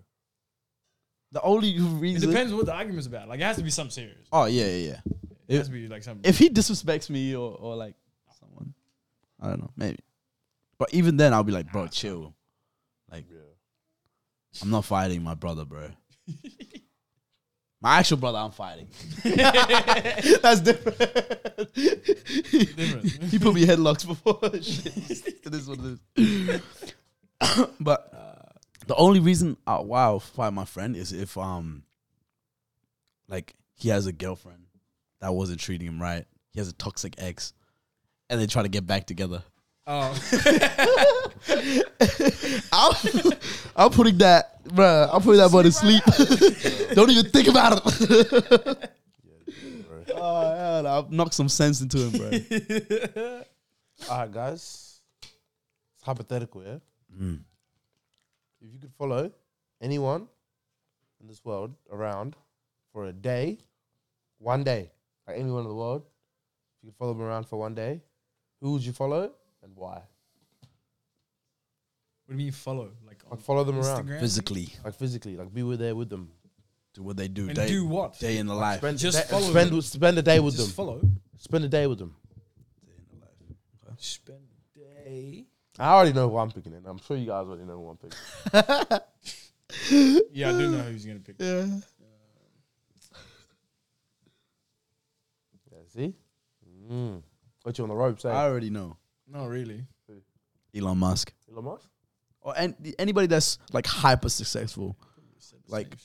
Speaker 5: The only
Speaker 3: It
Speaker 5: reason.
Speaker 3: depends what the argument's about. Like it has to be something serious.
Speaker 5: Oh yeah, yeah, yeah.
Speaker 3: It has to be like something.
Speaker 5: if he disrespects me or, or like someone, I don't know, maybe. But even then, I'll be like, bro, chill. Like, I'm not fighting my brother, bro. my actual brother, I'm fighting. That's different.
Speaker 3: different.
Speaker 5: he put me headlocks before. Shit. it is what it is. but the only reason I, why I'll fight my friend is if um, like he has a girlfriend that wasn't treating him right. He has a toxic ex, and they try to get back together.
Speaker 3: oh,
Speaker 1: I'm, I'm putting that, bro. I'm putting that boy to sleep. Don't even think about it.
Speaker 5: Oh, hell, I'll knock some sense into him, bro.
Speaker 2: All right, guys. It's hypothetical, yeah? If you could follow anyone in this world around for a day, one day, like anyone in the world, if you could follow them around for one day, who would you follow and why?
Speaker 3: what do you mean follow? Like on
Speaker 2: Like, follow them around.
Speaker 3: Instagram
Speaker 5: Physically,
Speaker 2: Like, physically, like, be with there with them.
Speaker 5: do what they do.
Speaker 3: and
Speaker 5: day,
Speaker 3: do what?
Speaker 5: day in the life.
Speaker 2: Spend,
Speaker 3: Just
Speaker 2: day-
Speaker 3: follow
Speaker 2: spend,
Speaker 3: them.
Speaker 2: spend a day with
Speaker 3: Just
Speaker 2: them.
Speaker 3: follow.
Speaker 2: Spend a day with them.
Speaker 3: Spend a day.
Speaker 2: I already know who I'm picking, and I'm sure you guys already know who I'm picking.
Speaker 3: Yeah, I do know who's gonna pick.
Speaker 2: Yeah, see? Mm. Got you on the ropes, eh?
Speaker 5: I already know
Speaker 3: No, really.
Speaker 5: Elon Musk
Speaker 2: Elon Musk?
Speaker 5: or an- anybody that's like hyper successful. Like,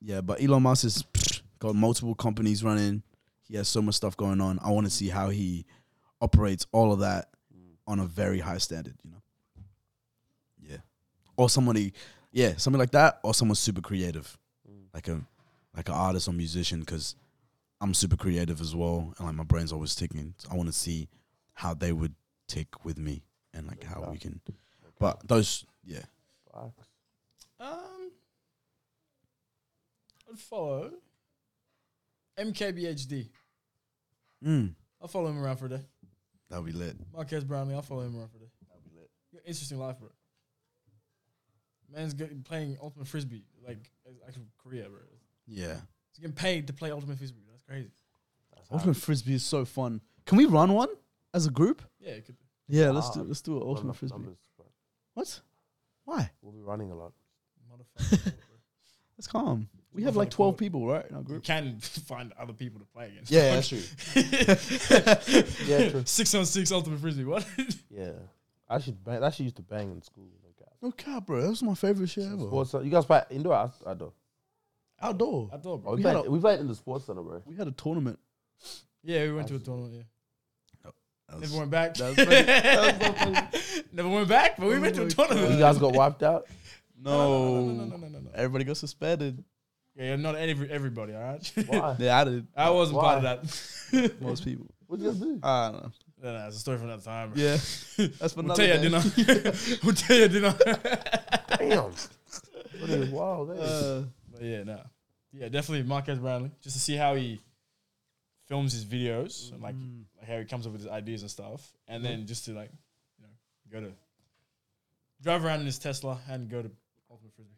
Speaker 5: yeah, but Elon Musk has got multiple companies running. He has so much stuff going on. I want to see how he operates all of that on a very high standard. You know, or somebody, yeah, something like that, or someone super creative, like a like an artist or musician, because I'm super creative as well, and like my brain's always ticking. So I want to see how they would tick with me, and like how we can. But those, yeah,
Speaker 2: Fuck.
Speaker 3: Um, I'd follow MKBHD.
Speaker 5: mm,
Speaker 3: I'll follow him around for a day.
Speaker 5: that'll be lit.
Speaker 3: Marquez Brownlee, I'll follow him around for a day. You got interesting life, bro. Man's good, playing ultimate frisbee, like his actual career, bro.
Speaker 5: Yeah,
Speaker 3: He's getting paid to play ultimate frisbee. That's crazy.
Speaker 1: Ultimate frisbee is so fun. Can we run one as a group?
Speaker 3: Yeah, it could be.
Speaker 1: Yeah, let's do
Speaker 2: Ah,
Speaker 1: let's do an
Speaker 2: Not
Speaker 1: ultimate
Speaker 2: enough
Speaker 1: frisbee.
Speaker 2: numbers, but
Speaker 1: What? Why?
Speaker 2: we'll be running a lot.
Speaker 3: Motherfucker. sport, bro.
Speaker 1: That's calm. We
Speaker 3: We'll
Speaker 1: have
Speaker 3: find
Speaker 1: like
Speaker 3: a
Speaker 1: twelve
Speaker 3: court.
Speaker 1: people, right, in our
Speaker 3: You
Speaker 1: group.
Speaker 3: can find other people to play against.
Speaker 2: Yeah, that's true. Yeah, true.
Speaker 3: Six on six ultimate frisbee. What?
Speaker 2: Yeah, I should bang. I should used to bang in school. Like, uh,
Speaker 1: No cap, bro. That was my favorite shit ever.
Speaker 2: sports. cen- You guys play indoor, or out- outdoor.
Speaker 1: Outdoor.
Speaker 3: I thought,
Speaker 2: Oh, we,
Speaker 3: bro.
Speaker 1: We had
Speaker 2: played,
Speaker 1: a-
Speaker 2: we played in the sports center, bro.
Speaker 1: We had a tournament.
Speaker 3: Yeah, we went to a tournament. Yeah.
Speaker 5: That was-
Speaker 3: Never went back.
Speaker 1: Oh, That was funny. That was so
Speaker 3: Never went back, but we
Speaker 1: Oh
Speaker 3: went to a
Speaker 1: my
Speaker 3: tournament.
Speaker 2: You guys got wiped out.
Speaker 3: No, no, no, no, no, no, no, no.
Speaker 1: Everybody got suspended.
Speaker 3: Yeah, you're not every, everybody, all right?
Speaker 2: Why?
Speaker 1: They added
Speaker 3: I wasn't part
Speaker 2: Why?
Speaker 3: of that. no,
Speaker 1: most people.
Speaker 2: What did you guys do?
Speaker 1: I don't know.
Speaker 3: no, it's a story from another time. Bro.
Speaker 1: Yeah, that's for
Speaker 3: We'll
Speaker 1: another
Speaker 3: tell you at
Speaker 1: day.
Speaker 3: dinner. we'll tell you at dinner.
Speaker 2: Damn. What is wild? eh?
Speaker 1: Uh,
Speaker 3: but yeah, no. Yeah, definitely Marquez Brownlee, just to see how he films his videos and like,
Speaker 2: Mm.
Speaker 3: like how he comes up with his ideas and stuff. And then just to like, you know, go to drive around in his Tesla and go to Ultimate Frisbee.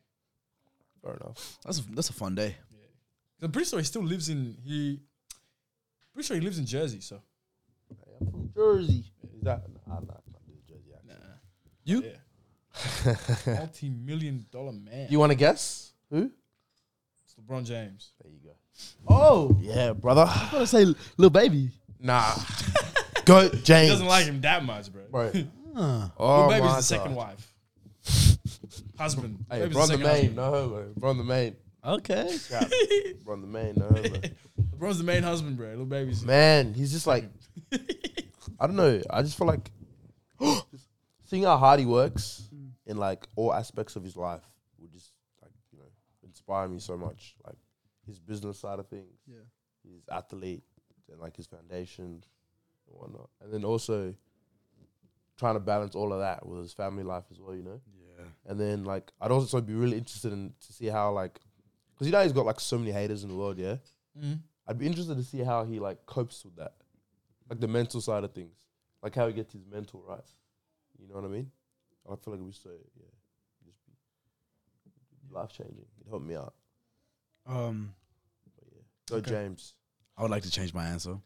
Speaker 2: Fair enough.
Speaker 5: that's a, that's a fun day.
Speaker 3: Yeah. 'Cause I'm pretty sure he still lives in he pretty sure he lives in Jersey, so
Speaker 2: Hey, I'm from Jersey. Is that? Nah, nah, it's not Jersey. actually.
Speaker 1: you
Speaker 3: yeah. Multi million dollar man.
Speaker 2: You want to guess? Who?
Speaker 3: it's LeBron James.
Speaker 2: There you go.
Speaker 1: oh,
Speaker 2: Yeah, brother.
Speaker 1: I gotta say, little baby.
Speaker 2: Nah. go, James.
Speaker 3: He doesn't like him that much, bro.
Speaker 2: Bro.
Speaker 3: Lil
Speaker 2: Oh,
Speaker 3: Baby's
Speaker 2: my
Speaker 3: the
Speaker 2: God.
Speaker 3: second wife. Husband.
Speaker 2: Hey,
Speaker 3: Baby's
Speaker 2: Bron the
Speaker 3: second
Speaker 2: main,
Speaker 3: husband.
Speaker 2: no homo. Bron the main.
Speaker 1: Okay,
Speaker 2: God, Bron the main, no homo.
Speaker 3: LeBron's the main husband, bro. Little baby's
Speaker 2: Man, he's just like, I don't know. I just feel like just seeing how hard he works in like all aspects of his life would just like you know inspire me so much. Like his business side of things,
Speaker 1: Yeah.
Speaker 2: his athlete, and like his foundation and whatnot, and then also trying to balance all of that with his family life as well. You know.
Speaker 5: Yeah,
Speaker 2: And then like I'd also be really interested in to see how like because you know he's got like so many haters in the world, yeah.
Speaker 3: Mhm.
Speaker 2: I'd be interested to see how he like copes with that, like the mental side of things, like how he gets his mental right. You know what I mean? I feel like we so yeah, just be life changing. It helped me out.
Speaker 5: um,
Speaker 2: Go James.
Speaker 5: I would like to change my answer.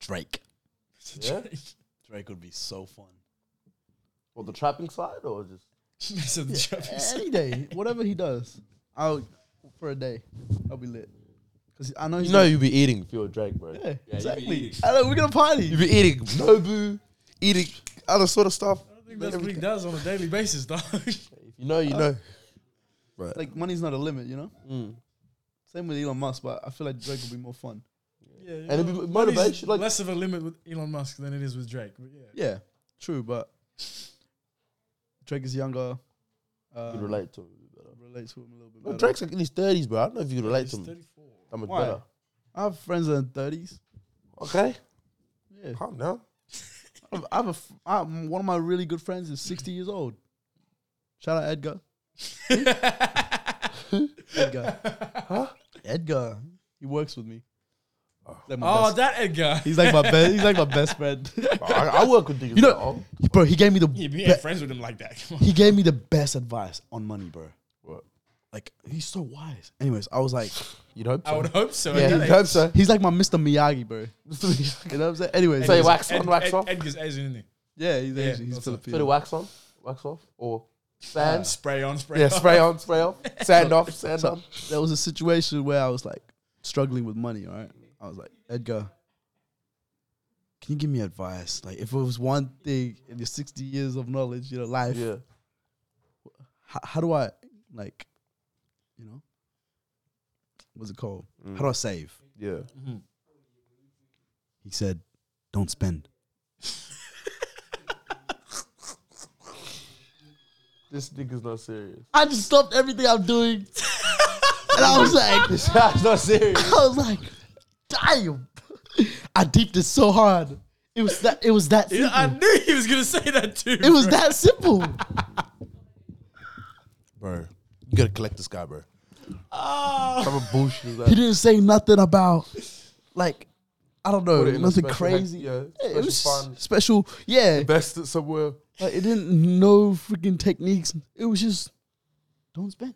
Speaker 5: Drake.
Speaker 2: Yeah.
Speaker 5: Drake would be so fun.
Speaker 2: Well, the trapping side or just
Speaker 3: so the Trappers.
Speaker 1: any day, whatever he does, I'll for a day, I'll be lit. Cause I know he's
Speaker 2: you know you'd be eating if you were Drake, bro.
Speaker 1: yeah, exactly.
Speaker 5: eating.
Speaker 1: I know we're gonna party.
Speaker 2: You'd be eating Nobu, eating other sort of stuff.
Speaker 3: I think that's what he does on a daily basis, dog.
Speaker 2: If you know, you know.
Speaker 1: Like money's not a limit, you know.
Speaker 2: Uh, Mm.
Speaker 1: Same with Elon Musk, but I feel like Drake would be more fun.
Speaker 3: yeah,
Speaker 2: And it'd be
Speaker 3: money's
Speaker 2: motivation, like-
Speaker 3: less of a limit with Elon Musk than it is with Drake. But yeah.
Speaker 1: Yeah, true, but Drake is younger. Uh,
Speaker 2: You'd relate to him a bit better.
Speaker 1: Relates with him a little bit.
Speaker 2: No,
Speaker 1: better.
Speaker 2: Drake's like in his thirties, bro. I don't know if you can relate
Speaker 3: He's
Speaker 2: to him
Speaker 3: 34.
Speaker 2: that much
Speaker 1: Why?
Speaker 2: better.
Speaker 1: I have friends that are in thirties.
Speaker 2: Okay,
Speaker 1: Yeah,
Speaker 2: calm down.
Speaker 1: I have- I have a. f- I- m- one of my really good friends is sixty years old. Shout out Edgar. Edgar.
Speaker 2: Huh?
Speaker 1: Edgar. He works with me. He's like my
Speaker 3: Oh,
Speaker 1: best-
Speaker 3: that Edgar.
Speaker 1: he's like my best. He's like my best friend.
Speaker 2: Bro, I, I work with niggas.
Speaker 1: You know-
Speaker 2: that old.
Speaker 1: bro, he gave me the.
Speaker 3: Yeah, but
Speaker 1: be-
Speaker 3: you ain't friends with him like that. Come on.
Speaker 1: he gave me the best advice on money, bro.
Speaker 2: What?
Speaker 1: Like he's so wise. Anyways, I was like,
Speaker 2: You'd hope
Speaker 3: I
Speaker 2: so.
Speaker 3: would hope so.
Speaker 2: Oh, yeah,
Speaker 3: Edgar.
Speaker 2: you'd hope so.
Speaker 1: he's like my Mr. Miyagi, bro. You know what I'm saying? Anyways,
Speaker 2: So he
Speaker 1: anyways,
Speaker 2: wax on, wax off.
Speaker 3: Edgar's Asian, isn't he?
Speaker 1: yeah, he's
Speaker 3: Yeah,
Speaker 1: Asian. He's
Speaker 3: also.
Speaker 2: so the
Speaker 1: Filipino.
Speaker 2: wax on, wax off, or sand.
Speaker 3: Uh, Spray on, spray
Speaker 2: yeah,
Speaker 3: off.
Speaker 2: spray on, spray off, sand off, sand
Speaker 1: So
Speaker 2: on.
Speaker 1: there was a situation where I was like struggling with money. All right, I was like, Edgar, can you give me advice? Like, if it was one thing in your sixty years of knowledge, you know, life,
Speaker 2: Yeah,
Speaker 1: how, how do I like, you know, what's it called? How do I save?
Speaker 2: yeah.
Speaker 5: He said, "Don't spend."
Speaker 2: This nigga's not serious.
Speaker 1: I just stopped everything I'm doing. and I was like,
Speaker 2: This guy's not serious.
Speaker 1: I was like, damn. I deeped it so hard. It was that it was that
Speaker 3: Yeah,
Speaker 1: simple.
Speaker 3: I knew he was gonna say that too.
Speaker 1: it was that simple.
Speaker 2: Bro, you gotta collect this guy, bro.
Speaker 3: Oh.
Speaker 2: Some of bullshit is
Speaker 1: He
Speaker 2: that.
Speaker 1: didn't say nothing about like I don't know,
Speaker 2: Put it in a
Speaker 1: nothing
Speaker 2: special
Speaker 1: crazy.
Speaker 2: hack- yeah,
Speaker 1: Yeah, it
Speaker 2: special
Speaker 1: was
Speaker 2: fund.
Speaker 1: special. Yeah,
Speaker 2: Best it somewhere.
Speaker 1: like, it didn't know freaking techniques. It was just don't spend.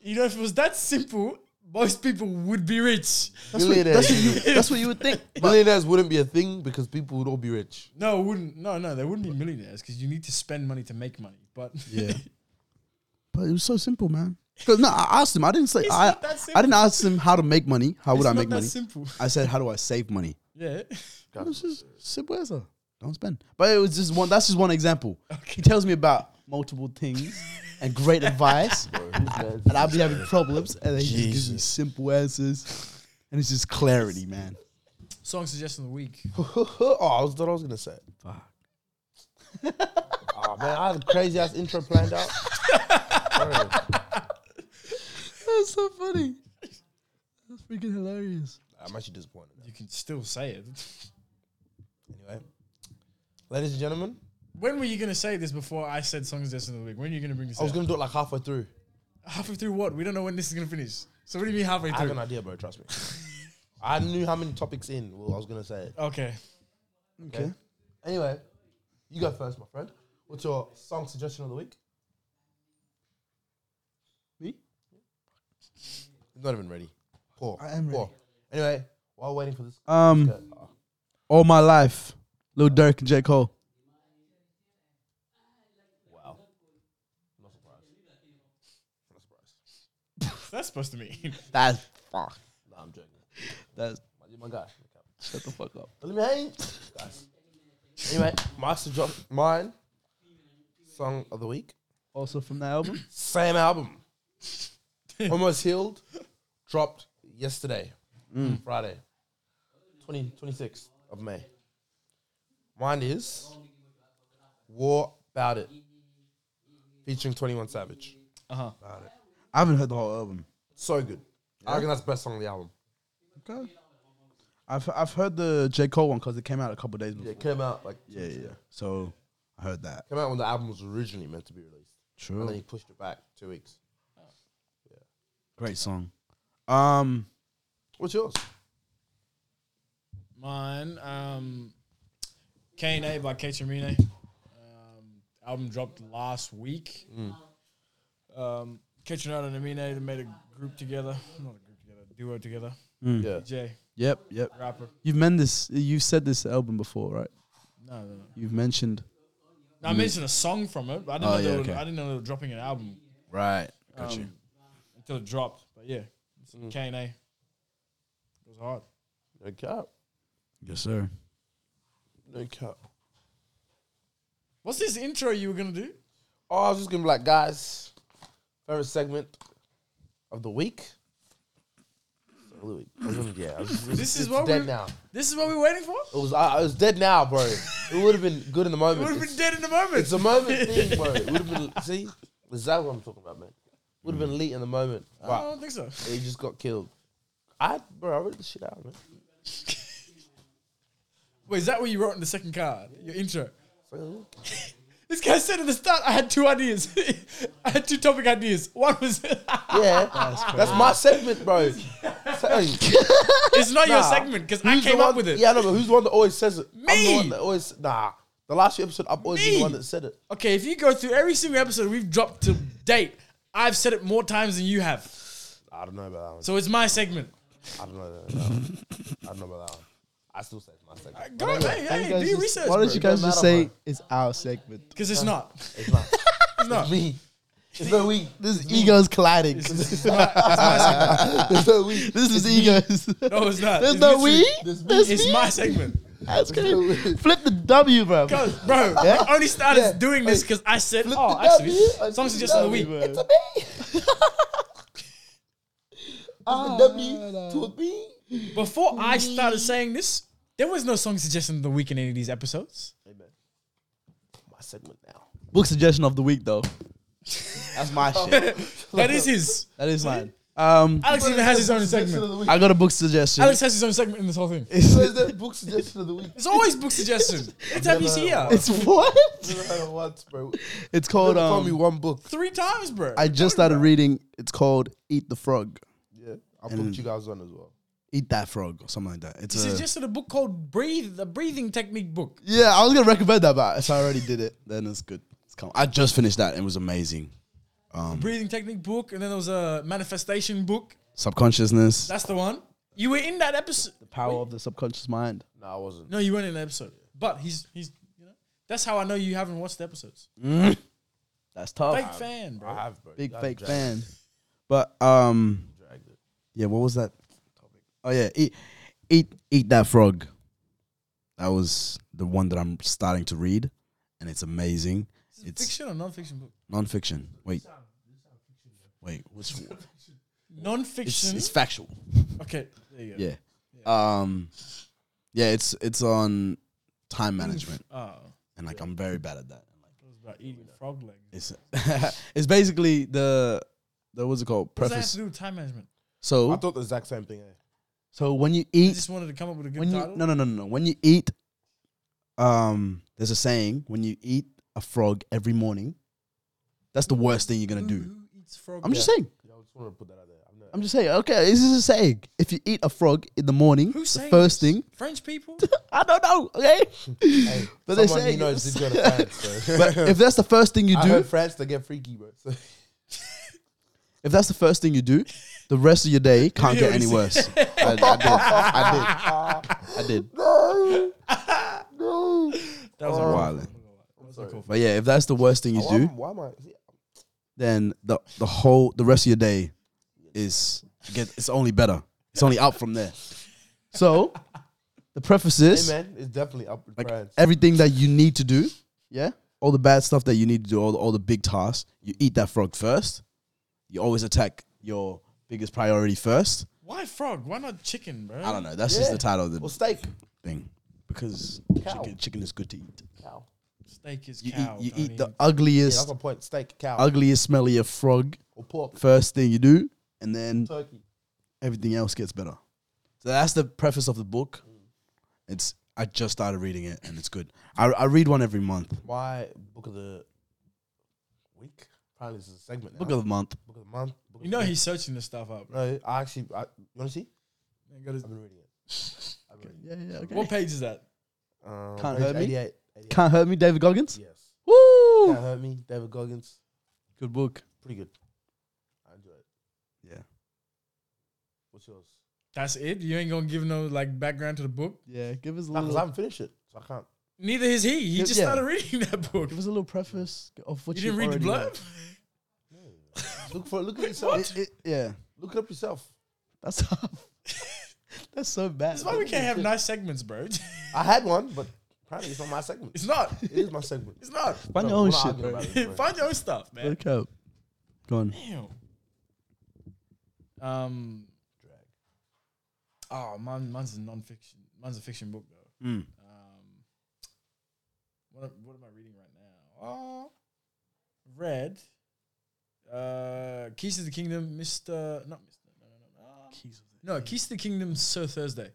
Speaker 3: You know, if it was that simple, most people would be rich.
Speaker 2: Millionaires.
Speaker 1: That's what you would think.
Speaker 2: Millionaires wouldn't be a thing because people would all be rich.
Speaker 3: No, it wouldn't. No, no, they wouldn't be millionaires because you need to spend money to make money. But yeah,
Speaker 1: But it was so simple, man. Because no, I asked him. I didn't say
Speaker 3: It's
Speaker 1: I.
Speaker 3: not that
Speaker 1: I didn't ask him how to make money. How would
Speaker 3: it's
Speaker 1: I make
Speaker 3: not that
Speaker 1: money?
Speaker 3: simple.
Speaker 1: I said, how do I save money?
Speaker 3: Yeah.
Speaker 1: It was just simple as a don't spend. But it was just one. That's just one example. He tells me about multiple things and great advice, and I'll be having problems, and then he just gives me
Speaker 2: Jesus.
Speaker 1: simple answers, and it's just clarity, man.
Speaker 3: Song suggestion of the week.
Speaker 2: oh, I was thought I was gonna say. Fuck. oh man, I had a crazy ass intro planned out. Bro,
Speaker 1: That's so funny. That's freaking hilarious.
Speaker 2: I'm actually disappointed. now.
Speaker 3: You can still say it.
Speaker 2: Anyway, ladies and gentlemen,
Speaker 3: When were you gonna say this before I said song suggestion of the week? When are you gonna bring this?
Speaker 2: I was
Speaker 3: up?
Speaker 2: gonna do it like halfway through.
Speaker 3: halfway through what? We don't know when this is gonna finish. So what do you mean halfway
Speaker 2: I have
Speaker 3: through?
Speaker 2: an idea, bro. Trust me. I knew how many topics in. Well, I was gonna say it.
Speaker 3: Okay.
Speaker 2: Okay. Anyway, you go first, my friend. What's your song suggestion of the week?
Speaker 1: Me?
Speaker 2: I'm not even ready. Poor.
Speaker 1: I am
Speaker 2: Poor. Anyway, while waiting for this,
Speaker 1: Um,
Speaker 2: oh,
Speaker 1: all my life, Lil Durk and J Cole.
Speaker 2: wow. Not surprised. Not surprised.
Speaker 3: What's that supposed to mean?
Speaker 1: That's fuck.
Speaker 2: Nah, I'm joking.
Speaker 1: That's
Speaker 2: My, you're my guy.
Speaker 1: shut the fuck up.
Speaker 2: Let me hang, guys. Anyway, my suggestion, mine, song of the week,
Speaker 1: Also from that album.
Speaker 2: same album, almost healed, dropped yesterday,
Speaker 1: Mm.
Speaker 2: Friday, 20, 26th of May. Mine is War About It, featuring Twenty One Savage.
Speaker 3: Uh huh.
Speaker 1: I haven't heard the whole album.
Speaker 2: So good. I reckon that's the best song on the album.
Speaker 1: Okay. I've I've heard the J Cole one because it came out a couple days before.
Speaker 2: Yeah, it came out like
Speaker 1: Yeah, yeah. yeah. So I heard that.
Speaker 2: came out when the album was originally meant to be released, and then he
Speaker 1: True.
Speaker 2: pushed it back two weeks.
Speaker 1: Great song. Um,
Speaker 2: What's yours?
Speaker 3: Mine, um, K and A by K Termine. Um, album dropped last week. Um, Ketchinada and Amine they made a group together. Not a group together, a duo together.
Speaker 1: Mm.
Speaker 2: Yeah.
Speaker 3: Jay,
Speaker 1: yep, yep.
Speaker 3: rapper.
Speaker 1: You've mentioned this. You've said this album before, right?
Speaker 3: No, no, no.
Speaker 1: You've mentioned.
Speaker 3: I mentioned a song from it, but I didn't
Speaker 5: Oh,
Speaker 3: know they
Speaker 5: yeah,
Speaker 3: were,
Speaker 5: okay.
Speaker 3: I didn't know they were dropping an album
Speaker 5: Right. Got
Speaker 3: um,
Speaker 5: you.
Speaker 3: until it dropped. But yeah, it's
Speaker 2: Mm.
Speaker 3: K and A. It was hard.
Speaker 2: No cap.
Speaker 5: Yes, sir.
Speaker 2: No cap.
Speaker 3: What's this intro you were gonna do?
Speaker 2: Oh, I was just gonna be like, guys, favorite segment of the week. So, Louis, I was gonna- yeah, I was-
Speaker 3: This is
Speaker 2: it's
Speaker 3: what
Speaker 2: dead
Speaker 3: we-
Speaker 2: now.
Speaker 3: This is what we're waiting for.
Speaker 2: It was I, I was dead now, bro. It would have been good in the
Speaker 3: It would
Speaker 2: moment.
Speaker 3: have
Speaker 2: It's,
Speaker 3: been dead in the moment.
Speaker 2: it's a moment thing, bro. It would have been see, exactly what I'm talking about, man. Would have been elite in the moment,
Speaker 3: I
Speaker 2: but
Speaker 3: don't think so.
Speaker 2: he just got killed. I bro, I read the shit out, man.
Speaker 3: Wait, is that what you wrote in the second card? Your intro.
Speaker 2: So,
Speaker 3: This guy said at the start, I had two ideas. I had two topic ideas. One was,
Speaker 2: yeah, that's, my segment, bro. Say-
Speaker 3: it's not your
Speaker 2: Nah.
Speaker 3: segment because I
Speaker 2: Who's the
Speaker 3: came up
Speaker 2: one-
Speaker 3: with it.
Speaker 2: Yeah, I know, but who's the one that always says it? I'm the
Speaker 3: Me.
Speaker 2: one that always nah. The last few episodes, I've always been
Speaker 3: Me.
Speaker 2: the one that said it.
Speaker 3: Okay, if you go through every single episode we've dropped to date, I've said it more times than you have.
Speaker 2: I don't know about that
Speaker 3: So it's my segment.
Speaker 2: one. I don't know about that one. I don't know about that one. I still say it's my second.
Speaker 3: Go, hey, hey, do your research.
Speaker 1: Why don't you
Speaker 2: bro.
Speaker 1: guys
Speaker 2: Don't
Speaker 1: just
Speaker 2: matter,
Speaker 1: say
Speaker 2: bro.
Speaker 1: it's our segment?
Speaker 3: Because it's not.
Speaker 2: It's not.
Speaker 3: It's not.
Speaker 2: It's me. It's no we.
Speaker 1: This is egos colliding.
Speaker 3: It's, it's not. It's my segment.
Speaker 2: It's no we.
Speaker 1: this is egos.
Speaker 3: No, it's not.
Speaker 1: There's
Speaker 3: It's
Speaker 1: no
Speaker 3: literally-
Speaker 1: we.
Speaker 2: this
Speaker 1: There's
Speaker 3: It's
Speaker 1: me.
Speaker 3: my segment.
Speaker 1: That's
Speaker 2: no
Speaker 1: crazy.
Speaker 2: we.
Speaker 1: Flip the W, bro.
Speaker 3: Because, bro, I only started
Speaker 2: Yeah.
Speaker 3: doing this because I said, oh,
Speaker 2: the
Speaker 3: actually,
Speaker 2: W.
Speaker 3: song suggestion of
Speaker 2: W,
Speaker 3: the week.
Speaker 2: bro. It's a me. It's the W to a B.
Speaker 3: Before I started saying this, there was no song suggestion of the week in any of these episodes.
Speaker 2: Amen. My segment now.
Speaker 1: Book suggestion of the week, though.
Speaker 5: That's my shit.
Speaker 3: that is his.
Speaker 5: That is mine. Um,
Speaker 3: Alex even has his own
Speaker 1: Suggestion of
Speaker 3: segment.
Speaker 1: the week.
Speaker 5: I got a book suggestion.
Speaker 3: Alex has his own segment in this whole thing.
Speaker 1: So is that book suggestion of the week?
Speaker 3: It's always book suggestion. Every time he's here.
Speaker 5: it's what?
Speaker 2: Never heard of once, bro.
Speaker 5: It's called.
Speaker 2: Never told me
Speaker 5: Um,
Speaker 2: one book.
Speaker 3: Three times, bro.
Speaker 1: I just started reading. It's called Eat the Frog.
Speaker 2: Yeah, I booked you guys on as well.
Speaker 5: Eat that frog or something like that. It's
Speaker 3: He
Speaker 5: a,
Speaker 3: suggested a book called Breathe, the breathing technique book.
Speaker 5: yeah. I was gonna recommend that, but if I already did it, then it's good. It's come. I just finished that. It was amazing.
Speaker 1: Um.
Speaker 3: Breathing technique book, and then there was a manifestation book.
Speaker 5: Subconsciousness.
Speaker 3: That's the one. You were in that episode.
Speaker 1: Power of the subconscious mind.
Speaker 2: No, I wasn't.
Speaker 3: No, you weren't in the episode. But he's he's you know that's how I know you haven't watched the episodes.
Speaker 1: That's tough.
Speaker 3: Big fan,
Speaker 2: I
Speaker 3: bro.
Speaker 2: have, bro.
Speaker 1: Big
Speaker 2: That
Speaker 1: fake
Speaker 2: drag-
Speaker 1: fan.
Speaker 5: But um,
Speaker 2: dragged it.
Speaker 5: yeah. What was that? Oh yeah. Eat, eat, eat that frog. That was the one that I'm starting to read, and it's amazing. It's
Speaker 3: Fiction or non-fiction book?
Speaker 5: nonfiction. Wait. Wait, which one? It's,
Speaker 3: Non-fiction.
Speaker 5: it's factual.
Speaker 3: okay, there you go.
Speaker 5: Yeah. Um yeah, it's it's on time management
Speaker 3: Oh,
Speaker 5: and like I'm very bad at that.
Speaker 3: it was about eating frog legs.
Speaker 5: It's it's basically the the what's it called?
Speaker 3: What does that have to
Speaker 5: Preface.
Speaker 3: do with time management?
Speaker 5: So
Speaker 2: I thought the exact same thing. Eh?
Speaker 5: so when you
Speaker 3: I
Speaker 5: eat
Speaker 3: just wanted to come up with a good
Speaker 5: when you
Speaker 3: title.
Speaker 5: no no no no no when you eat um there's a saying when you eat a frog every morning that's the worst thing you're gonna
Speaker 3: Who-
Speaker 5: do.
Speaker 3: Who eats frog?
Speaker 5: I'm just
Speaker 2: Mm-hmm. Yeah.
Speaker 5: saying.
Speaker 2: Yeah, I just wanted to put that out there. I'm not,
Speaker 5: I'm just saying. Okay, this is a saying. If you eat a frog in the morning,
Speaker 3: Who's
Speaker 5: the
Speaker 3: saying
Speaker 5: first
Speaker 3: this?
Speaker 5: thing
Speaker 3: French people.
Speaker 5: I don't know. Okay,
Speaker 2: hey,
Speaker 5: but
Speaker 2: someone
Speaker 5: they
Speaker 2: he
Speaker 5: say
Speaker 2: knows did go to France. So.
Speaker 5: but if that's the first thing you
Speaker 2: I
Speaker 5: do,
Speaker 2: heard France they get freaky, bro. So.
Speaker 5: If that's the first thing you do, the rest of your day can't
Speaker 3: Yeah,
Speaker 5: get any
Speaker 3: you see.
Speaker 5: worse. I, I did. I did. I did.
Speaker 3: That was
Speaker 5: Oh.
Speaker 3: a
Speaker 5: Wow,
Speaker 3: wild.
Speaker 5: then.
Speaker 3: That was a cool.
Speaker 5: But yeah, if that's the worst thing you
Speaker 2: why,
Speaker 5: do,
Speaker 2: am- why am I? see,
Speaker 5: then the the whole the rest of your day is get it's only better. It's only up from there. So the preface
Speaker 2: Hey
Speaker 5: is
Speaker 2: man, it's definitely up with
Speaker 5: like eh,
Speaker 2: France.
Speaker 5: everything that you need to do, yeah, all the bad stuff that you need to do, all the, all the big tasks, you eat that frog first. You always attack your biggest priority first.
Speaker 3: Why frog? Why not chicken, bro?
Speaker 5: I don't know. That's just
Speaker 2: Yeah.
Speaker 5: the title of the
Speaker 2: Well, steak.
Speaker 5: thing because
Speaker 2: Cow.
Speaker 5: chicken, chicken is good to eat.
Speaker 2: Cow.
Speaker 3: Steak is
Speaker 5: You
Speaker 3: cow.
Speaker 5: eat, you
Speaker 3: Tony.
Speaker 5: eat the
Speaker 2: Yeah, that's
Speaker 5: ugliest,
Speaker 2: my point. Steak, cow,
Speaker 5: ugliest, smelliest frog
Speaker 2: or pork,
Speaker 5: first thing you do, and then
Speaker 2: turkey.
Speaker 5: everything else gets better. So that's the preface of the book. It's I just started reading it and it's good. I, I read one every month.
Speaker 2: My book of the week. Apparently, this is a segment. Now.
Speaker 5: Book of the month.
Speaker 2: book of the month. Book
Speaker 3: You
Speaker 2: of
Speaker 3: know
Speaker 2: the week.
Speaker 3: he's searching this stuff up. Right?
Speaker 2: No, I actually. I, you want to see?
Speaker 3: Go
Speaker 2: I've
Speaker 3: to-
Speaker 2: been reading it. I've been reading
Speaker 5: Yeah, yeah, okay.
Speaker 3: What page is that?
Speaker 2: it. Um,
Speaker 5: Can't
Speaker 2: page
Speaker 5: hurt me.
Speaker 2: 88, 88.
Speaker 5: Can't hurt me, David Goggins.
Speaker 2: Yes.
Speaker 5: Woo!
Speaker 2: Can't hurt me. David Goggins.
Speaker 5: Good book.
Speaker 2: Pretty good. I enjoy it.
Speaker 5: Yeah.
Speaker 2: What's yours?
Speaker 3: That's it. You ain't gonna give no like background to the book.
Speaker 5: Yeah, give us a
Speaker 2: Because I haven't finished it, so I can't.
Speaker 3: Neither is he. He
Speaker 5: Yeah,
Speaker 3: just
Speaker 5: yeah.
Speaker 3: started reading that book.
Speaker 5: us a little preface of what
Speaker 3: You didn't read the blurb.
Speaker 2: Look for. Look at yourself.
Speaker 5: yeah,
Speaker 2: Look it up yourself.
Speaker 5: that's tough. that's so bad.
Speaker 3: That's why we can't have nice segments, bro.
Speaker 2: I had one, but apparently it's not my segment.
Speaker 3: it's not.
Speaker 2: It is my segment.
Speaker 3: It's not.
Speaker 5: Find
Speaker 2: Bro,
Speaker 5: your own
Speaker 2: we're not
Speaker 5: shit,
Speaker 2: arguing
Speaker 5: bro.
Speaker 2: about this, bro.
Speaker 3: Find your own stuff, man.
Speaker 5: Look up. Go on.
Speaker 3: Damn. Um. Oh, mine, mine's a non-fiction. Mine's a fiction book though.
Speaker 5: Mm.
Speaker 3: Um. What am, What am I reading right now? Oh, read. Uh, Keys to the Kingdom, Mister. Not Mister. No, no, no. no.
Speaker 5: Keys of
Speaker 3: No, Keys to the Kingdom, Sir Thursday.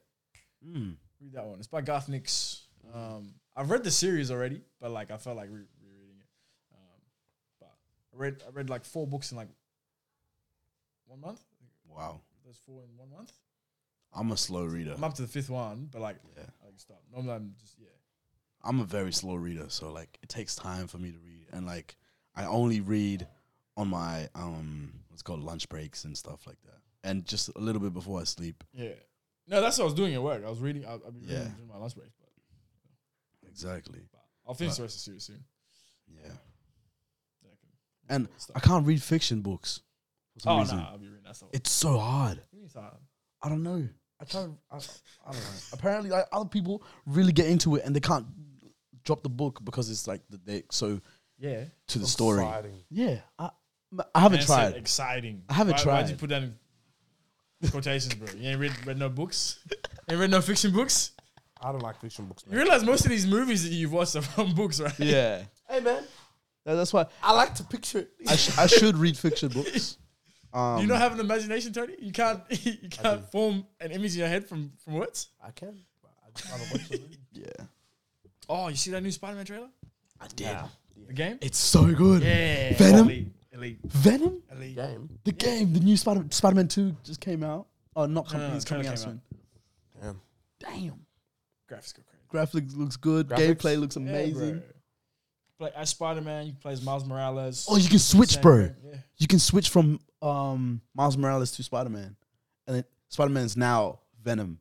Speaker 5: Mm.
Speaker 3: Read that one. It's by Garth Nix. Um, I've read the series already, but like I felt like re- rereading it. Um, but I read I read like four books in like one month.
Speaker 5: Wow.
Speaker 3: Those four in one month.
Speaker 5: I'm a slow reader.
Speaker 3: I'm up to the fifth one, but like
Speaker 5: Yeah.
Speaker 3: I can stop. Normally I'm just yeah.
Speaker 5: I'm a very slow reader, so like it takes time for me to read, and like I only read on my um what's it called lunch breaks and stuff like that, and just a little bit before I sleep.
Speaker 3: Yeah. No, that's what I was doing at work. I was reading. I, I've been
Speaker 5: Yeah.
Speaker 3: reading during my lunch break, but,
Speaker 5: Exactly.
Speaker 3: but I'll finish the rest of the series soon.
Speaker 5: Yeah.
Speaker 3: Then I can-
Speaker 5: And
Speaker 3: Stop.
Speaker 5: I can't read fiction books. For some
Speaker 3: oh no,
Speaker 5: reason.
Speaker 3: I'll be reading that stuff.
Speaker 5: It's so hard.
Speaker 3: Give me time.
Speaker 5: I don't know. I try. I, I don't know. Apparently, like other people really get into it and they can't drop the book because it's like the- they're so
Speaker 3: Yeah.
Speaker 5: to the story.
Speaker 2: Exciting.
Speaker 5: Yeah, I, I haven't
Speaker 3: Man said
Speaker 5: tried.
Speaker 3: Exciting.
Speaker 5: I haven't
Speaker 3: why, Why'd you
Speaker 5: tried.
Speaker 3: put that in quotations, bro? You ain't read, read no books. ain't read no fiction books.
Speaker 2: I don't like fiction books.
Speaker 3: You
Speaker 2: Man.
Speaker 3: realize most of these movies that you've watched are from books, right?
Speaker 5: yeah,
Speaker 2: Hey man,
Speaker 1: That- That's why
Speaker 2: I like to picture it.
Speaker 1: I, sh- I should read fiction books.
Speaker 5: Um,
Speaker 3: you not have an imagination, Tony? You can't. You can't form an image in your head from from words.
Speaker 2: I can. but I just gotta watch it.
Speaker 1: Yeah.
Speaker 3: Oh, you see that new Spider-Man trailer?
Speaker 5: I did.
Speaker 3: The game?
Speaker 1: It's so good.
Speaker 3: yeah.
Speaker 1: Venom?
Speaker 3: Elite. Elite.
Speaker 1: Venom,
Speaker 3: Elite.
Speaker 2: Game.
Speaker 1: the game, the new Spider Spider Man Two just came out. Oh, not
Speaker 3: No, no,
Speaker 1: coming.
Speaker 3: no,
Speaker 1: it's
Speaker 3: the
Speaker 1: coming
Speaker 3: trailer
Speaker 1: out
Speaker 3: came
Speaker 1: soon.
Speaker 2: Damn.
Speaker 1: Damn.
Speaker 3: Graphics go crazy.
Speaker 1: Graphics looks good.
Speaker 2: Graphics?
Speaker 1: Gameplay looks
Speaker 3: Yeah,
Speaker 1: amazing.
Speaker 3: bro. Play as Spider-Man. You play as Miles Morales.
Speaker 1: oh, you can switch,
Speaker 3: Same
Speaker 1: bro.
Speaker 3: game, Yeah.
Speaker 1: You can switch from um, Miles Morales to Spider Man, and then Spider Man's now Venom.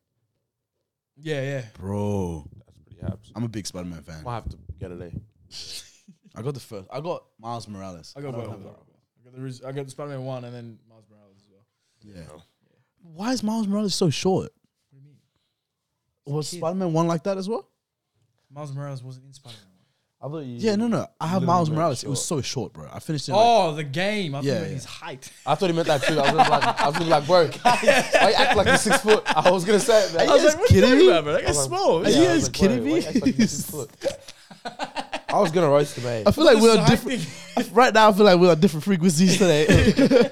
Speaker 3: Yeah, yeah.
Speaker 5: Bro,
Speaker 2: That's pretty hypes.
Speaker 5: I'm a big Spider Man fan.
Speaker 2: Might have to get it. eh?
Speaker 5: I got the first. I got Miles Morales.
Speaker 3: I got
Speaker 5: don't
Speaker 3: both. I
Speaker 5: have
Speaker 3: got
Speaker 5: that.
Speaker 3: the Riz- I got the Spider-Man one and then Miles Morales as well.
Speaker 5: Yeah.
Speaker 2: No.
Speaker 1: Why is Miles Morales so short?
Speaker 3: What do you mean?
Speaker 1: Was Spider Man one like that as well?
Speaker 3: Miles Morales wasn't in Spider-Man. one.
Speaker 2: I thought you.
Speaker 5: Yeah, no, no. I have
Speaker 2: Little
Speaker 5: Miles
Speaker 2: bit
Speaker 5: Morales. It was so short, bro. I finished it. in, Like,
Speaker 3: Oh, the game. I
Speaker 5: Yeah,
Speaker 3: yeah,
Speaker 5: yeah.
Speaker 3: his height.
Speaker 2: I thought he meant that too. I was like, I was like, bro, why you act like you're six foot? I was gonna say it. Man.
Speaker 1: I was like, what are you talking about,
Speaker 3: bro? That guy's
Speaker 1: small. Are
Speaker 2: Yeah,
Speaker 1: you
Speaker 2: I
Speaker 1: guys
Speaker 2: was like,
Speaker 1: kidding
Speaker 2: bro, why
Speaker 1: me?
Speaker 2: you act like you're six foot? I was gonna roast him, eh?
Speaker 1: I feel like we're on different. Right now, I feel like we're on different frequencies today. you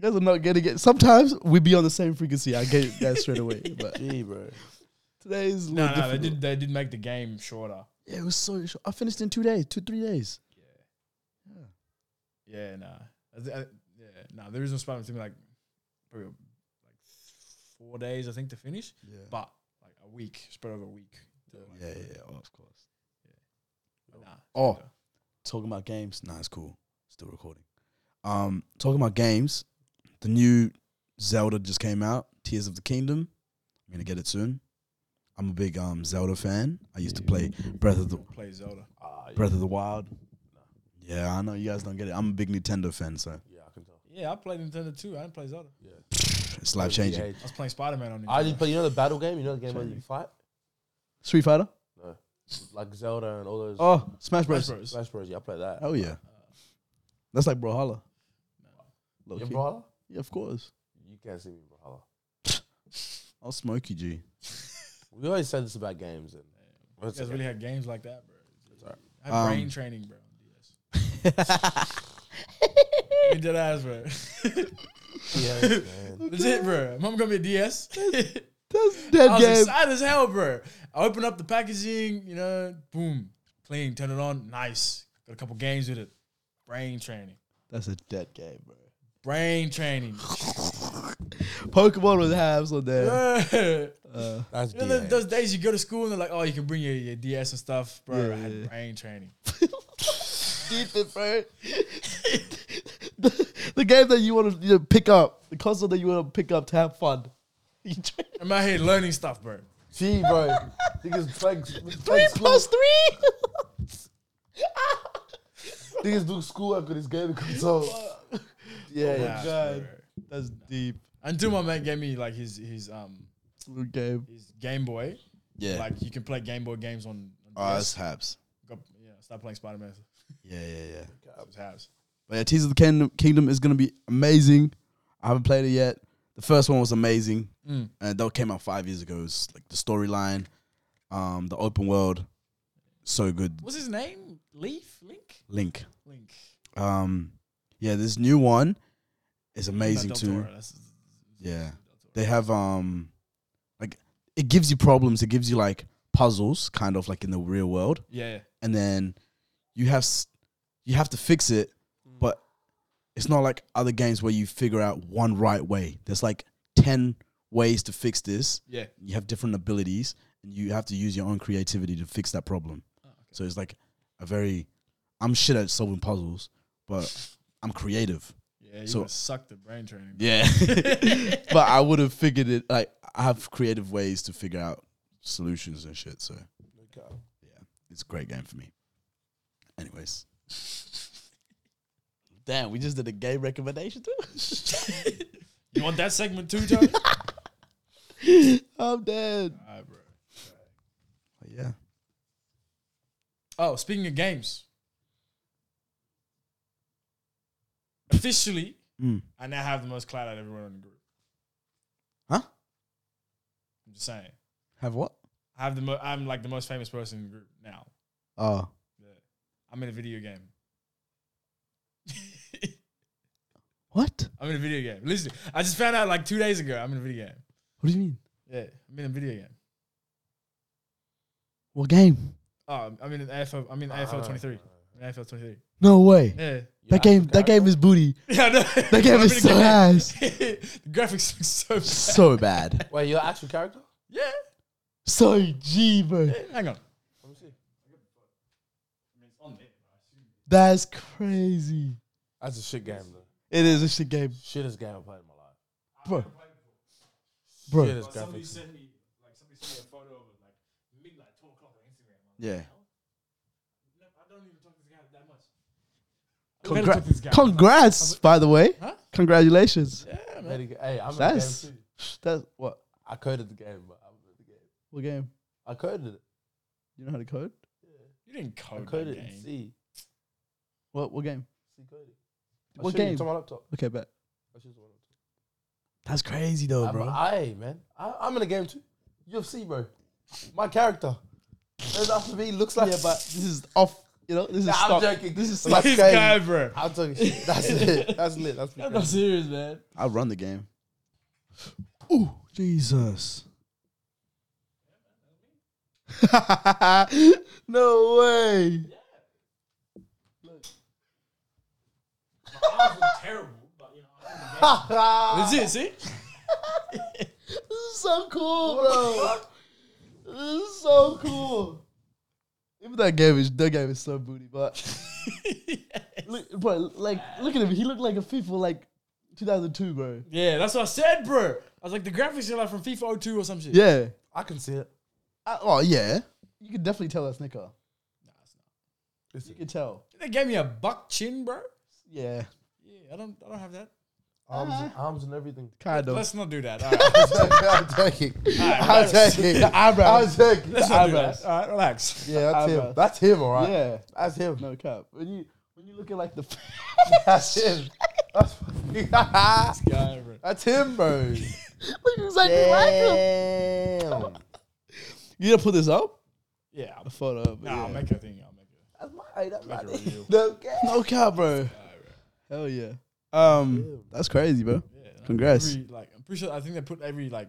Speaker 1: guys are not getting it. Sometimes we be on the same frequency. I get it guys straight away. But
Speaker 2: Gee, bro.
Speaker 1: today's a
Speaker 3: No,
Speaker 1: little
Speaker 3: no, they
Speaker 1: different.
Speaker 3: did. They did make the game shorter.
Speaker 1: Yeah, it was so short. I finished in two days, two three days.
Speaker 3: Yeah, nah. I th- I- yeah, nah. The original Spider-Man took me like probably like four days, I think, to finish.
Speaker 5: Yeah.
Speaker 3: But like a week, spread over a week.
Speaker 5: yeah, yeah, yeah. Oh, of course.
Speaker 3: Nah.
Speaker 5: Oh, talking about games. Nah, it's cool. Still recording. Um, talking about games. The new Zelda just came out. Tears of the Kingdom. I'm gonna get it soon. I'm a big um Zelda fan. I used to play Breath of the
Speaker 3: play Zelda.
Speaker 2: Ah,
Speaker 5: Breath of the Wild. Yeah, I know you guys don't get it. I'm a big Nintendo fan, so
Speaker 2: Yeah, I can tell.
Speaker 3: Yeah, I played Nintendo too. I didn't play Zelda.
Speaker 5: it's life changing.
Speaker 2: Yeah.
Speaker 3: I was playing Spider-Man on Nintendo.
Speaker 2: I did play. You know the battle game. You know the game where you fight,
Speaker 1: Street Fighter.
Speaker 2: like Zelda and all those.
Speaker 1: Oh, Smash
Speaker 3: Smash
Speaker 1: Bros.
Speaker 3: Bros.
Speaker 2: Smash Bros. Yeah, I play that.
Speaker 1: Hell yeah. That's like Brawlhalla. Low
Speaker 2: Your
Speaker 1: key.
Speaker 2: brother?
Speaker 1: Yeah, of course.
Speaker 2: You can't see me, brother.
Speaker 5: I'll smoke you, G.
Speaker 2: We always say this about games, and
Speaker 3: You guys really had games like that, bro. I had
Speaker 5: Um,
Speaker 3: brain training, bro. on DS. We did ass, bro.
Speaker 2: yeah, man.
Speaker 3: That's it, bro. Mom got me a DS.
Speaker 1: That's
Speaker 3: I
Speaker 1: dead
Speaker 3: was
Speaker 1: game.
Speaker 3: excited as hell, bro. I opened up the packaging, you know, boom, clean, turn it on, nice. Got a couple games with it. Brain training,
Speaker 1: That's a dead game, bro.
Speaker 3: brain training.
Speaker 1: Pokemon with halves on there.
Speaker 3: Bro.
Speaker 1: Uh,
Speaker 2: That's
Speaker 3: You know
Speaker 2: DA.
Speaker 3: those days you go to school and they're like, oh, you can bring your, your DS and stuff, bro.
Speaker 1: Yeah,
Speaker 3: I had
Speaker 1: yeah.
Speaker 3: brain training.
Speaker 1: deep it, bro. the, the game that you want to you know, pick up, the console that you want to pick up to have fun. You try-
Speaker 3: I'm out here learning stuff, bro.
Speaker 2: Gee, bro. Niggas playing.
Speaker 1: three plus three.
Speaker 2: Niggas do schoolwork with this gaming console.
Speaker 5: Oh
Speaker 2: Yeah,
Speaker 3: Nah,
Speaker 2: yeah.
Speaker 1: Oh, God.
Speaker 3: bro.
Speaker 1: That's deep.
Speaker 3: Until my mate gave me like his his um
Speaker 1: Little game.
Speaker 3: his Game Boy.
Speaker 5: Yeah.
Speaker 3: Like you can play Game Boy games on. on
Speaker 5: oh, that's
Speaker 3: DS.
Speaker 5: haps.
Speaker 3: Got, yeah, start playing Spider Man.
Speaker 5: Yeah, yeah, yeah.
Speaker 3: Tabs.
Speaker 5: But yeah, Tears of the Kingdom, Kingdom is gonna be amazing. I haven't played it yet. The first one was amazing,
Speaker 3: Mm.
Speaker 5: and that came out five years ago. It's like the storyline, um, the open world, so good.
Speaker 3: What's his name? Leaf? Link?
Speaker 5: Link,
Speaker 3: Link.
Speaker 5: um, yeah, this new one is amazing
Speaker 3: Del
Speaker 5: too.
Speaker 3: Toro, that's-
Speaker 5: Yeah,
Speaker 3: Del Toro.
Speaker 5: they have um, like it gives you problems. It gives you like puzzles, kind of like in the real world,
Speaker 3: Yeah. yeah.
Speaker 5: and then you have s- you have to fix it,
Speaker 3: Mm.
Speaker 5: but it's not like other games where you figure out one right way. There's like ten ways to fix this.
Speaker 3: Yeah.
Speaker 5: You have different abilities, and you have to use your own creativity to fix that problem.
Speaker 1: Oh,
Speaker 5: So it's like a very I'm shit at solving puzzles, but I'm creative.
Speaker 3: Yeah, you
Speaker 5: So-
Speaker 3: so, suck the brain training.
Speaker 5: Yeah, but I would have figured it. Like I have creative ways to figure out solutions and shit. So yeah, it's a great game for me. Anyways,
Speaker 1: Damn, we just did a game recommendation too.
Speaker 3: You want that segment too, Tony?
Speaker 1: I'm dead.
Speaker 3: Alright, bro.
Speaker 5: but yeah.
Speaker 3: Oh, speaking of games. Officially,
Speaker 5: Mm.
Speaker 3: I now have the most clout out of everyone in the group.
Speaker 5: Huh?
Speaker 3: I'm just saying.
Speaker 5: Have what?
Speaker 3: I have the mo- I'm like the most famous person in the group now.
Speaker 5: Oh,
Speaker 3: Yeah. I'm in a video game. I'm in a video game. Listen, I just found out like two days ago I'm in a video game.
Speaker 1: What do you mean?
Speaker 3: Yeah, I'm in a video game.
Speaker 1: What game?
Speaker 3: Oh, I'm in an AFL. I'm in AFL 23. I'm in AFL 23.
Speaker 1: No way.
Speaker 3: Yeah.
Speaker 1: that game. That game is booty.
Speaker 3: Yeah, I know.
Speaker 1: That game
Speaker 3: I'm
Speaker 1: is
Speaker 3: in a
Speaker 1: so ass.
Speaker 3: the graphics look
Speaker 1: So
Speaker 3: so bad.
Speaker 1: bad.
Speaker 2: Wait, your actual character?
Speaker 3: yeah.
Speaker 1: So G, bro.
Speaker 3: yeah. Hang on.
Speaker 2: Let me see.
Speaker 1: That's crazy.
Speaker 2: That's a shit game, though.
Speaker 1: It is a shit game,
Speaker 2: Shittest game I played in my life.
Speaker 1: bro. Bro.
Speaker 2: Shittest graphics.
Speaker 3: me like somebody sent me a photo of it like midnight, twelve o'clock on Instagram.
Speaker 5: Yeah.
Speaker 3: I don't even talk to this guy that much.
Speaker 1: Congra- congrats, by the way.
Speaker 3: Huh?
Speaker 1: Congratulations.
Speaker 3: Yeah, man.
Speaker 2: Made a g- Hey, I'm in the
Speaker 1: That's
Speaker 2: game too.
Speaker 1: that's what
Speaker 2: I coded the game, but I'm in the game.
Speaker 1: what game?
Speaker 2: I coded it.
Speaker 1: You know how to code?
Speaker 3: You didn't
Speaker 2: I
Speaker 3: code that
Speaker 2: coded it.
Speaker 3: game.
Speaker 2: C.
Speaker 1: What what game?
Speaker 2: C coded. I'll
Speaker 1: What
Speaker 2: show you.
Speaker 1: game?
Speaker 2: It's on my laptop.
Speaker 1: Okay, bet.
Speaker 2: I'll show you. It's on my laptop.
Speaker 1: That's crazy though,
Speaker 2: I'm,
Speaker 1: bro.
Speaker 2: I man, I, I'm in a game too. UFC, bro. My character. There's after me looks like.
Speaker 1: yeah, but this is off. You know, this is
Speaker 2: Nah, I'm
Speaker 1: stock.
Speaker 2: joking.
Speaker 1: This is
Speaker 2: Like-
Speaker 1: stock.
Speaker 3: This
Speaker 2: Okay.
Speaker 3: guy, bro.
Speaker 2: I'm talking shit. That's lit. That's lit. That's
Speaker 3: I'm not
Speaker 2: lit.
Speaker 3: serious, man.
Speaker 5: I run the game.
Speaker 1: Ooh, Jesus. no way.
Speaker 3: terrible, but you know.
Speaker 2: Ah.
Speaker 3: That's it. See,
Speaker 1: This is so cool, bro. This is so cool. Even that game is that game is so booty, but look, bro, like look at him. He looked like a FIFA like 2002, bro.
Speaker 3: yeah, that's what I said, bro. I was like, the graphics are like from FIFA 02 or some shit.
Speaker 1: Yeah.
Speaker 2: I can see it.
Speaker 1: Uh, oh yeah. You can definitely tell that's Nico. You can tell.
Speaker 3: They gave me a buck chin, bro.
Speaker 1: Yeah.
Speaker 3: Yeah, I don't, I don't have that.
Speaker 2: Arms, and, arms and everything.
Speaker 1: Kind of.
Speaker 3: Let's not do that. All right.
Speaker 2: I'm joking. I'm joking.
Speaker 1: The eyebrows.
Speaker 2: I'm joking.
Speaker 3: Let's not do
Speaker 1: Eyebrows.
Speaker 3: that. All right, relax.
Speaker 2: Yeah, that's him.
Speaker 1: Eyebrows.
Speaker 2: That's him, all right.
Speaker 1: Yeah.
Speaker 2: That's him.
Speaker 1: No cap. When you when you look at like the
Speaker 2: That's him. That's, fucking-
Speaker 3: Yeah, bro.
Speaker 2: that's him, bro.
Speaker 1: look exactly like him.
Speaker 2: Damn.
Speaker 1: You gonna put this up?
Speaker 3: Yeah, I'll-
Speaker 1: A photo. But
Speaker 3: nah, I'll
Speaker 1: yeah.
Speaker 3: make a thing. I'll make it.
Speaker 2: That's my. That's my.
Speaker 3: Make a review.
Speaker 2: No cap.
Speaker 1: No cap, bro. Hell yeah. Um, that's crazy, bro.
Speaker 3: Yeah, no,
Speaker 1: Congrats.
Speaker 3: Every, like, I'm pretty sure. I think they put every like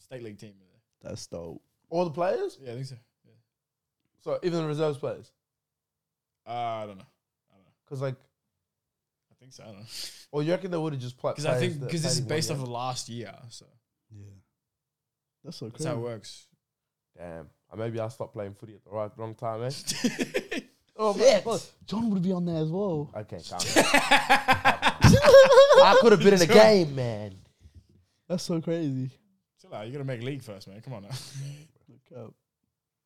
Speaker 3: state league team in there.
Speaker 1: That's dope.
Speaker 2: All the players.
Speaker 3: Yeah, I think so. Yeah.
Speaker 2: So even the reserves players.
Speaker 3: Uh, I don't know.
Speaker 2: Because like,
Speaker 3: I think so. I don't know.
Speaker 2: or you reckon they would have just played?
Speaker 3: Because I think because this is based off of last year, so
Speaker 1: Yeah. That's so
Speaker 3: that's
Speaker 1: crazy.
Speaker 3: how it works.
Speaker 2: Damn. Uh, Maybe I stopped playing footy at the right wrong time, eh?
Speaker 1: Oh, man. oh, John would be on there as well.
Speaker 2: Okay, calm down. I could have been in the game, man.
Speaker 1: That's so crazy.
Speaker 3: Chill out. You gotta make league first, man. Come on now.
Speaker 1: Look up.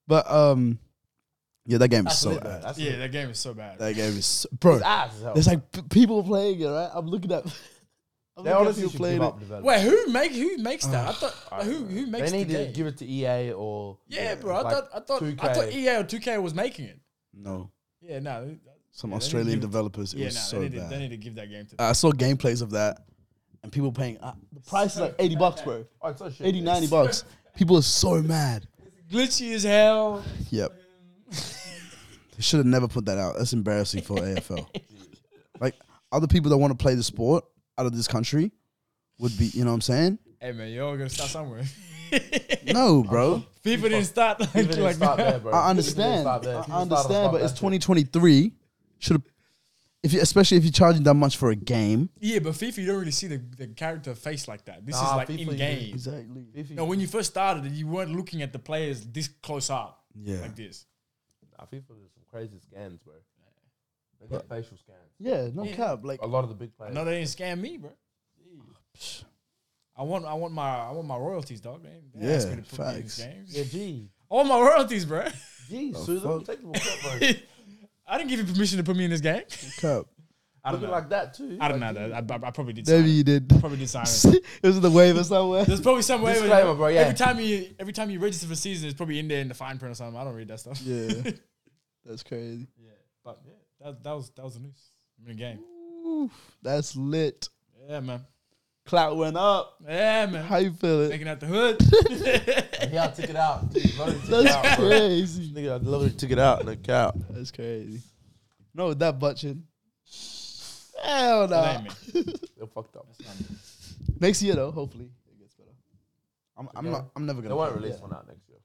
Speaker 1: But um, yeah, that game
Speaker 2: That's
Speaker 1: is so
Speaker 2: lit, though.
Speaker 1: bad.
Speaker 2: That's
Speaker 3: uh,
Speaker 2: Ah,
Speaker 3: yeah,
Speaker 2: lit.
Speaker 3: that game is so bad.
Speaker 1: That game is so, bro.
Speaker 2: It's ass as hell.
Speaker 1: There's like p- people playing it, right? I'm looking at. I'm
Speaker 2: They
Speaker 1: looking at
Speaker 2: honestly
Speaker 1: people
Speaker 2: should give up development.
Speaker 3: Wait, who make who makes
Speaker 2: Oh,
Speaker 3: that? I thought like, who who makes
Speaker 2: they need
Speaker 3: the
Speaker 2: to
Speaker 3: game?
Speaker 2: give it to EA or
Speaker 3: yeah, bro. I thought I thought I thought E EA or 2K was making it.
Speaker 5: No.
Speaker 3: Yeah, no. they-
Speaker 5: Some
Speaker 3: Yeah, they need to
Speaker 5: Australian
Speaker 3: give-
Speaker 5: developers. It
Speaker 3: Yeah, no.
Speaker 5: was so
Speaker 3: they, need to,
Speaker 5: bad.
Speaker 3: they need to give that game to.
Speaker 5: I saw gameplays of that, and people paying. Uh,
Speaker 1: The price is like 80 bucks, bro.
Speaker 2: oh, it's not shit.
Speaker 1: 80, 90 bucks. People are so mad.
Speaker 3: Glitchy as hell.
Speaker 5: yep. they should have never put that out. That's embarrassing for AFL. Like other people that want to play the sport out of this country would be. You know what I'm saying?
Speaker 3: Hey man, you're all gonna start somewhere.
Speaker 5: No,
Speaker 2: Uh-huh.
Speaker 5: bro.
Speaker 3: FIFA didn't start like,
Speaker 2: Even
Speaker 3: like
Speaker 2: start
Speaker 3: that.
Speaker 2: there, bro.
Speaker 5: I
Speaker 2: Even if they
Speaker 5: understand.
Speaker 2: start there,
Speaker 5: I
Speaker 2: if you start on
Speaker 5: understand,
Speaker 2: start,
Speaker 5: but it's
Speaker 2: that's it.
Speaker 5: 2023. Should have, if you, especially if you're charging that much for a game.
Speaker 3: Yeah, but FIFA, you don't really see the, the character face like that. This
Speaker 2: Nah,
Speaker 3: is like
Speaker 2: FIFA, you
Speaker 3: in game.
Speaker 1: Exactly.
Speaker 2: If you-
Speaker 3: No, when you first started, you weren't looking at the players this close up.
Speaker 5: Yeah.
Speaker 3: Like this.
Speaker 2: Nah, FIFA is some crazy scans, bro. They get facial scans.
Speaker 1: Yeah, no
Speaker 3: Yeah.
Speaker 1: cap. Like,
Speaker 2: A lot of the big players.
Speaker 3: No, they didn't scam me, bro. I want, I want my, I want my royalties, dog. Man. They asked
Speaker 5: Yeah,
Speaker 3: me to put me in these
Speaker 5: facts.
Speaker 3: games.
Speaker 2: Yeah, gee,
Speaker 3: I want my royalties, bro.
Speaker 2: gee, sue them. Take them off, bro.
Speaker 3: I didn't give you permission to put me in this game.
Speaker 1: cap.
Speaker 3: I don't
Speaker 2: Looking
Speaker 3: know.
Speaker 2: like that too.
Speaker 3: I don't know. That. I, I- I probably did. Sign
Speaker 1: Maybe
Speaker 3: it.
Speaker 1: you did. it
Speaker 3: Probably did sign it.
Speaker 1: was in the wave or somewhere.
Speaker 3: There's probably some way. where-
Speaker 2: Disclaimer, bro, yeah.
Speaker 3: Every time you, every time you register for season, it's probably in there in the fine print or something. I don't read that stuff.
Speaker 1: Yeah. That's crazy.
Speaker 3: But yeah, that, that was that was the news. I'm in a game.
Speaker 1: Oof, that's lit.
Speaker 3: Yeah, man.
Speaker 1: Clout went up.
Speaker 3: Yeah, man.
Speaker 1: How you feel it?
Speaker 3: Making out the hood.
Speaker 2: Yeah, I took it out. Dude, Lottery took it
Speaker 1: That's
Speaker 2: out, bro.
Speaker 1: crazy.
Speaker 2: Nigga, I literally took it out. No cap.
Speaker 1: That's crazy. No, that butchin. Hell no.
Speaker 3: Blame me.
Speaker 2: They're fucked up.
Speaker 1: Next year though, hopefully it gets better.
Speaker 5: I'm, I'm
Speaker 2: Yeah.
Speaker 5: not. I'm never
Speaker 2: They
Speaker 5: gonna.
Speaker 2: won't
Speaker 5: play.
Speaker 2: release
Speaker 5: Yeah.
Speaker 2: one out next year.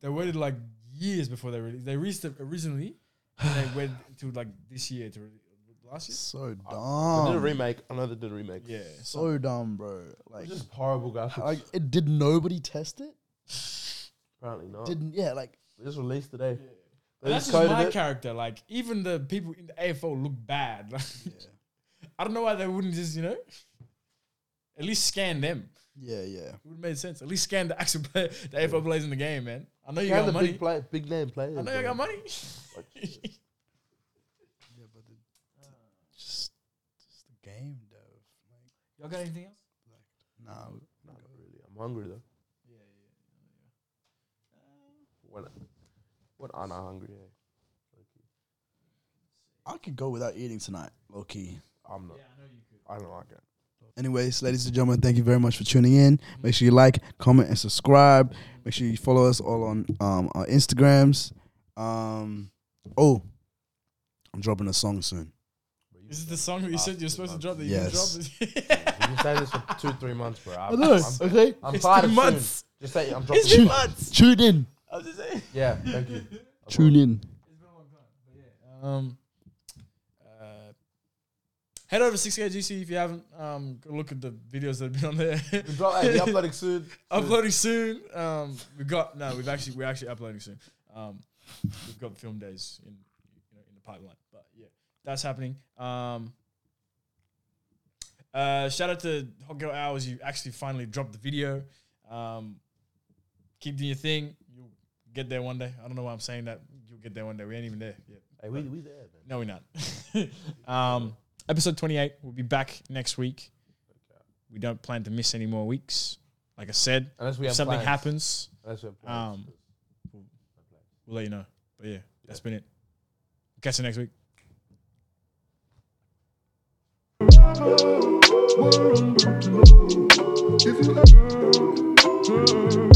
Speaker 3: They waited like years before they released. They released it originally, and they waited until like this year to release. Last year?
Speaker 1: So
Speaker 2: They
Speaker 5: Um,
Speaker 2: did a
Speaker 1: dumb.
Speaker 2: remake. I know they did a remake.
Speaker 3: Yeah.
Speaker 1: So dumb, bro. Like,
Speaker 2: It's just horrible graphics.
Speaker 1: like it, did nobody test it?
Speaker 2: Apparently not.
Speaker 1: Didn't yeah, like
Speaker 2: They just released today. They
Speaker 3: And that's
Speaker 2: just
Speaker 3: just
Speaker 2: coded
Speaker 3: my
Speaker 2: it.
Speaker 3: character. Like, even the people in the AFO look bad. Like, I don't know why they wouldn't just, you know, at least scan them.
Speaker 1: yeah, yeah.
Speaker 3: It would have made sense. At least scan the actual player, the AFL players in the game, man. I know you
Speaker 2: Can
Speaker 3: got
Speaker 2: the
Speaker 3: money.
Speaker 2: big play, big name players.
Speaker 3: I know you
Speaker 2: bro.
Speaker 3: got money.
Speaker 1: Just just the game dev. Like
Speaker 3: Y'all got anything else?
Speaker 1: nah.
Speaker 2: Nah, not really. I'm hungry though.
Speaker 3: Yeah, yeah.
Speaker 2: When when I'm not hungry, eh?
Speaker 1: I could go without eating tonight, low key.
Speaker 2: I'm not.
Speaker 3: I know you could.
Speaker 2: I don't like it.
Speaker 1: Anyways, ladies and gentlemen, thank you very much for tuning in. Make sure you like, comment, and subscribe. Make sure you follow us all on um, our Instagrams. Um, oh, I'm dropping a song soon.
Speaker 2: Bro, you
Speaker 3: This is the song that you said you're supposed to drop that you
Speaker 1: Yes.
Speaker 3: didn't drop.
Speaker 2: You've been saying this for two, three months, bro. I'm, I'm,
Speaker 1: Okay,
Speaker 2: I'm
Speaker 3: It's
Speaker 2: tired
Speaker 3: been
Speaker 2: of
Speaker 3: months.
Speaker 2: months. Just say I'm dropping.
Speaker 3: it's been months.
Speaker 1: tune in,
Speaker 3: I was just saying.
Speaker 2: Yeah, thank you.
Speaker 1: tune in.
Speaker 3: It's been a long time, but yeah. Um, uh, head over to 6KGC if you haven't. Um, go look at the videos that have been on there.
Speaker 2: We drop, hey, we uploading soon. soon.
Speaker 3: uploading soon. Um, we got no, we've actually we're actually uploading soon. Um, we've got film days in you know, in the pipeline, but yeah, that's happening. Um, uh, shout out to Hot Girl Hours. You actually finally dropped the video. Um, keep doing your thing. You'll get there one day. I don't know why I'm saying that. You'll get there one day. We ain't even there yet.
Speaker 2: Hey, we we there, man.
Speaker 3: No, we're not. um, episode 28. We'll be back next week. We don't plan to miss any more weeks. Like I said,
Speaker 2: Unless we
Speaker 3: if
Speaker 2: have
Speaker 3: something
Speaker 2: plans.
Speaker 3: happens,
Speaker 2: Unless we have plans.
Speaker 3: Um, we'll let you know. But yeah, that's been it. Catch you next week.
Speaker 6: If you love,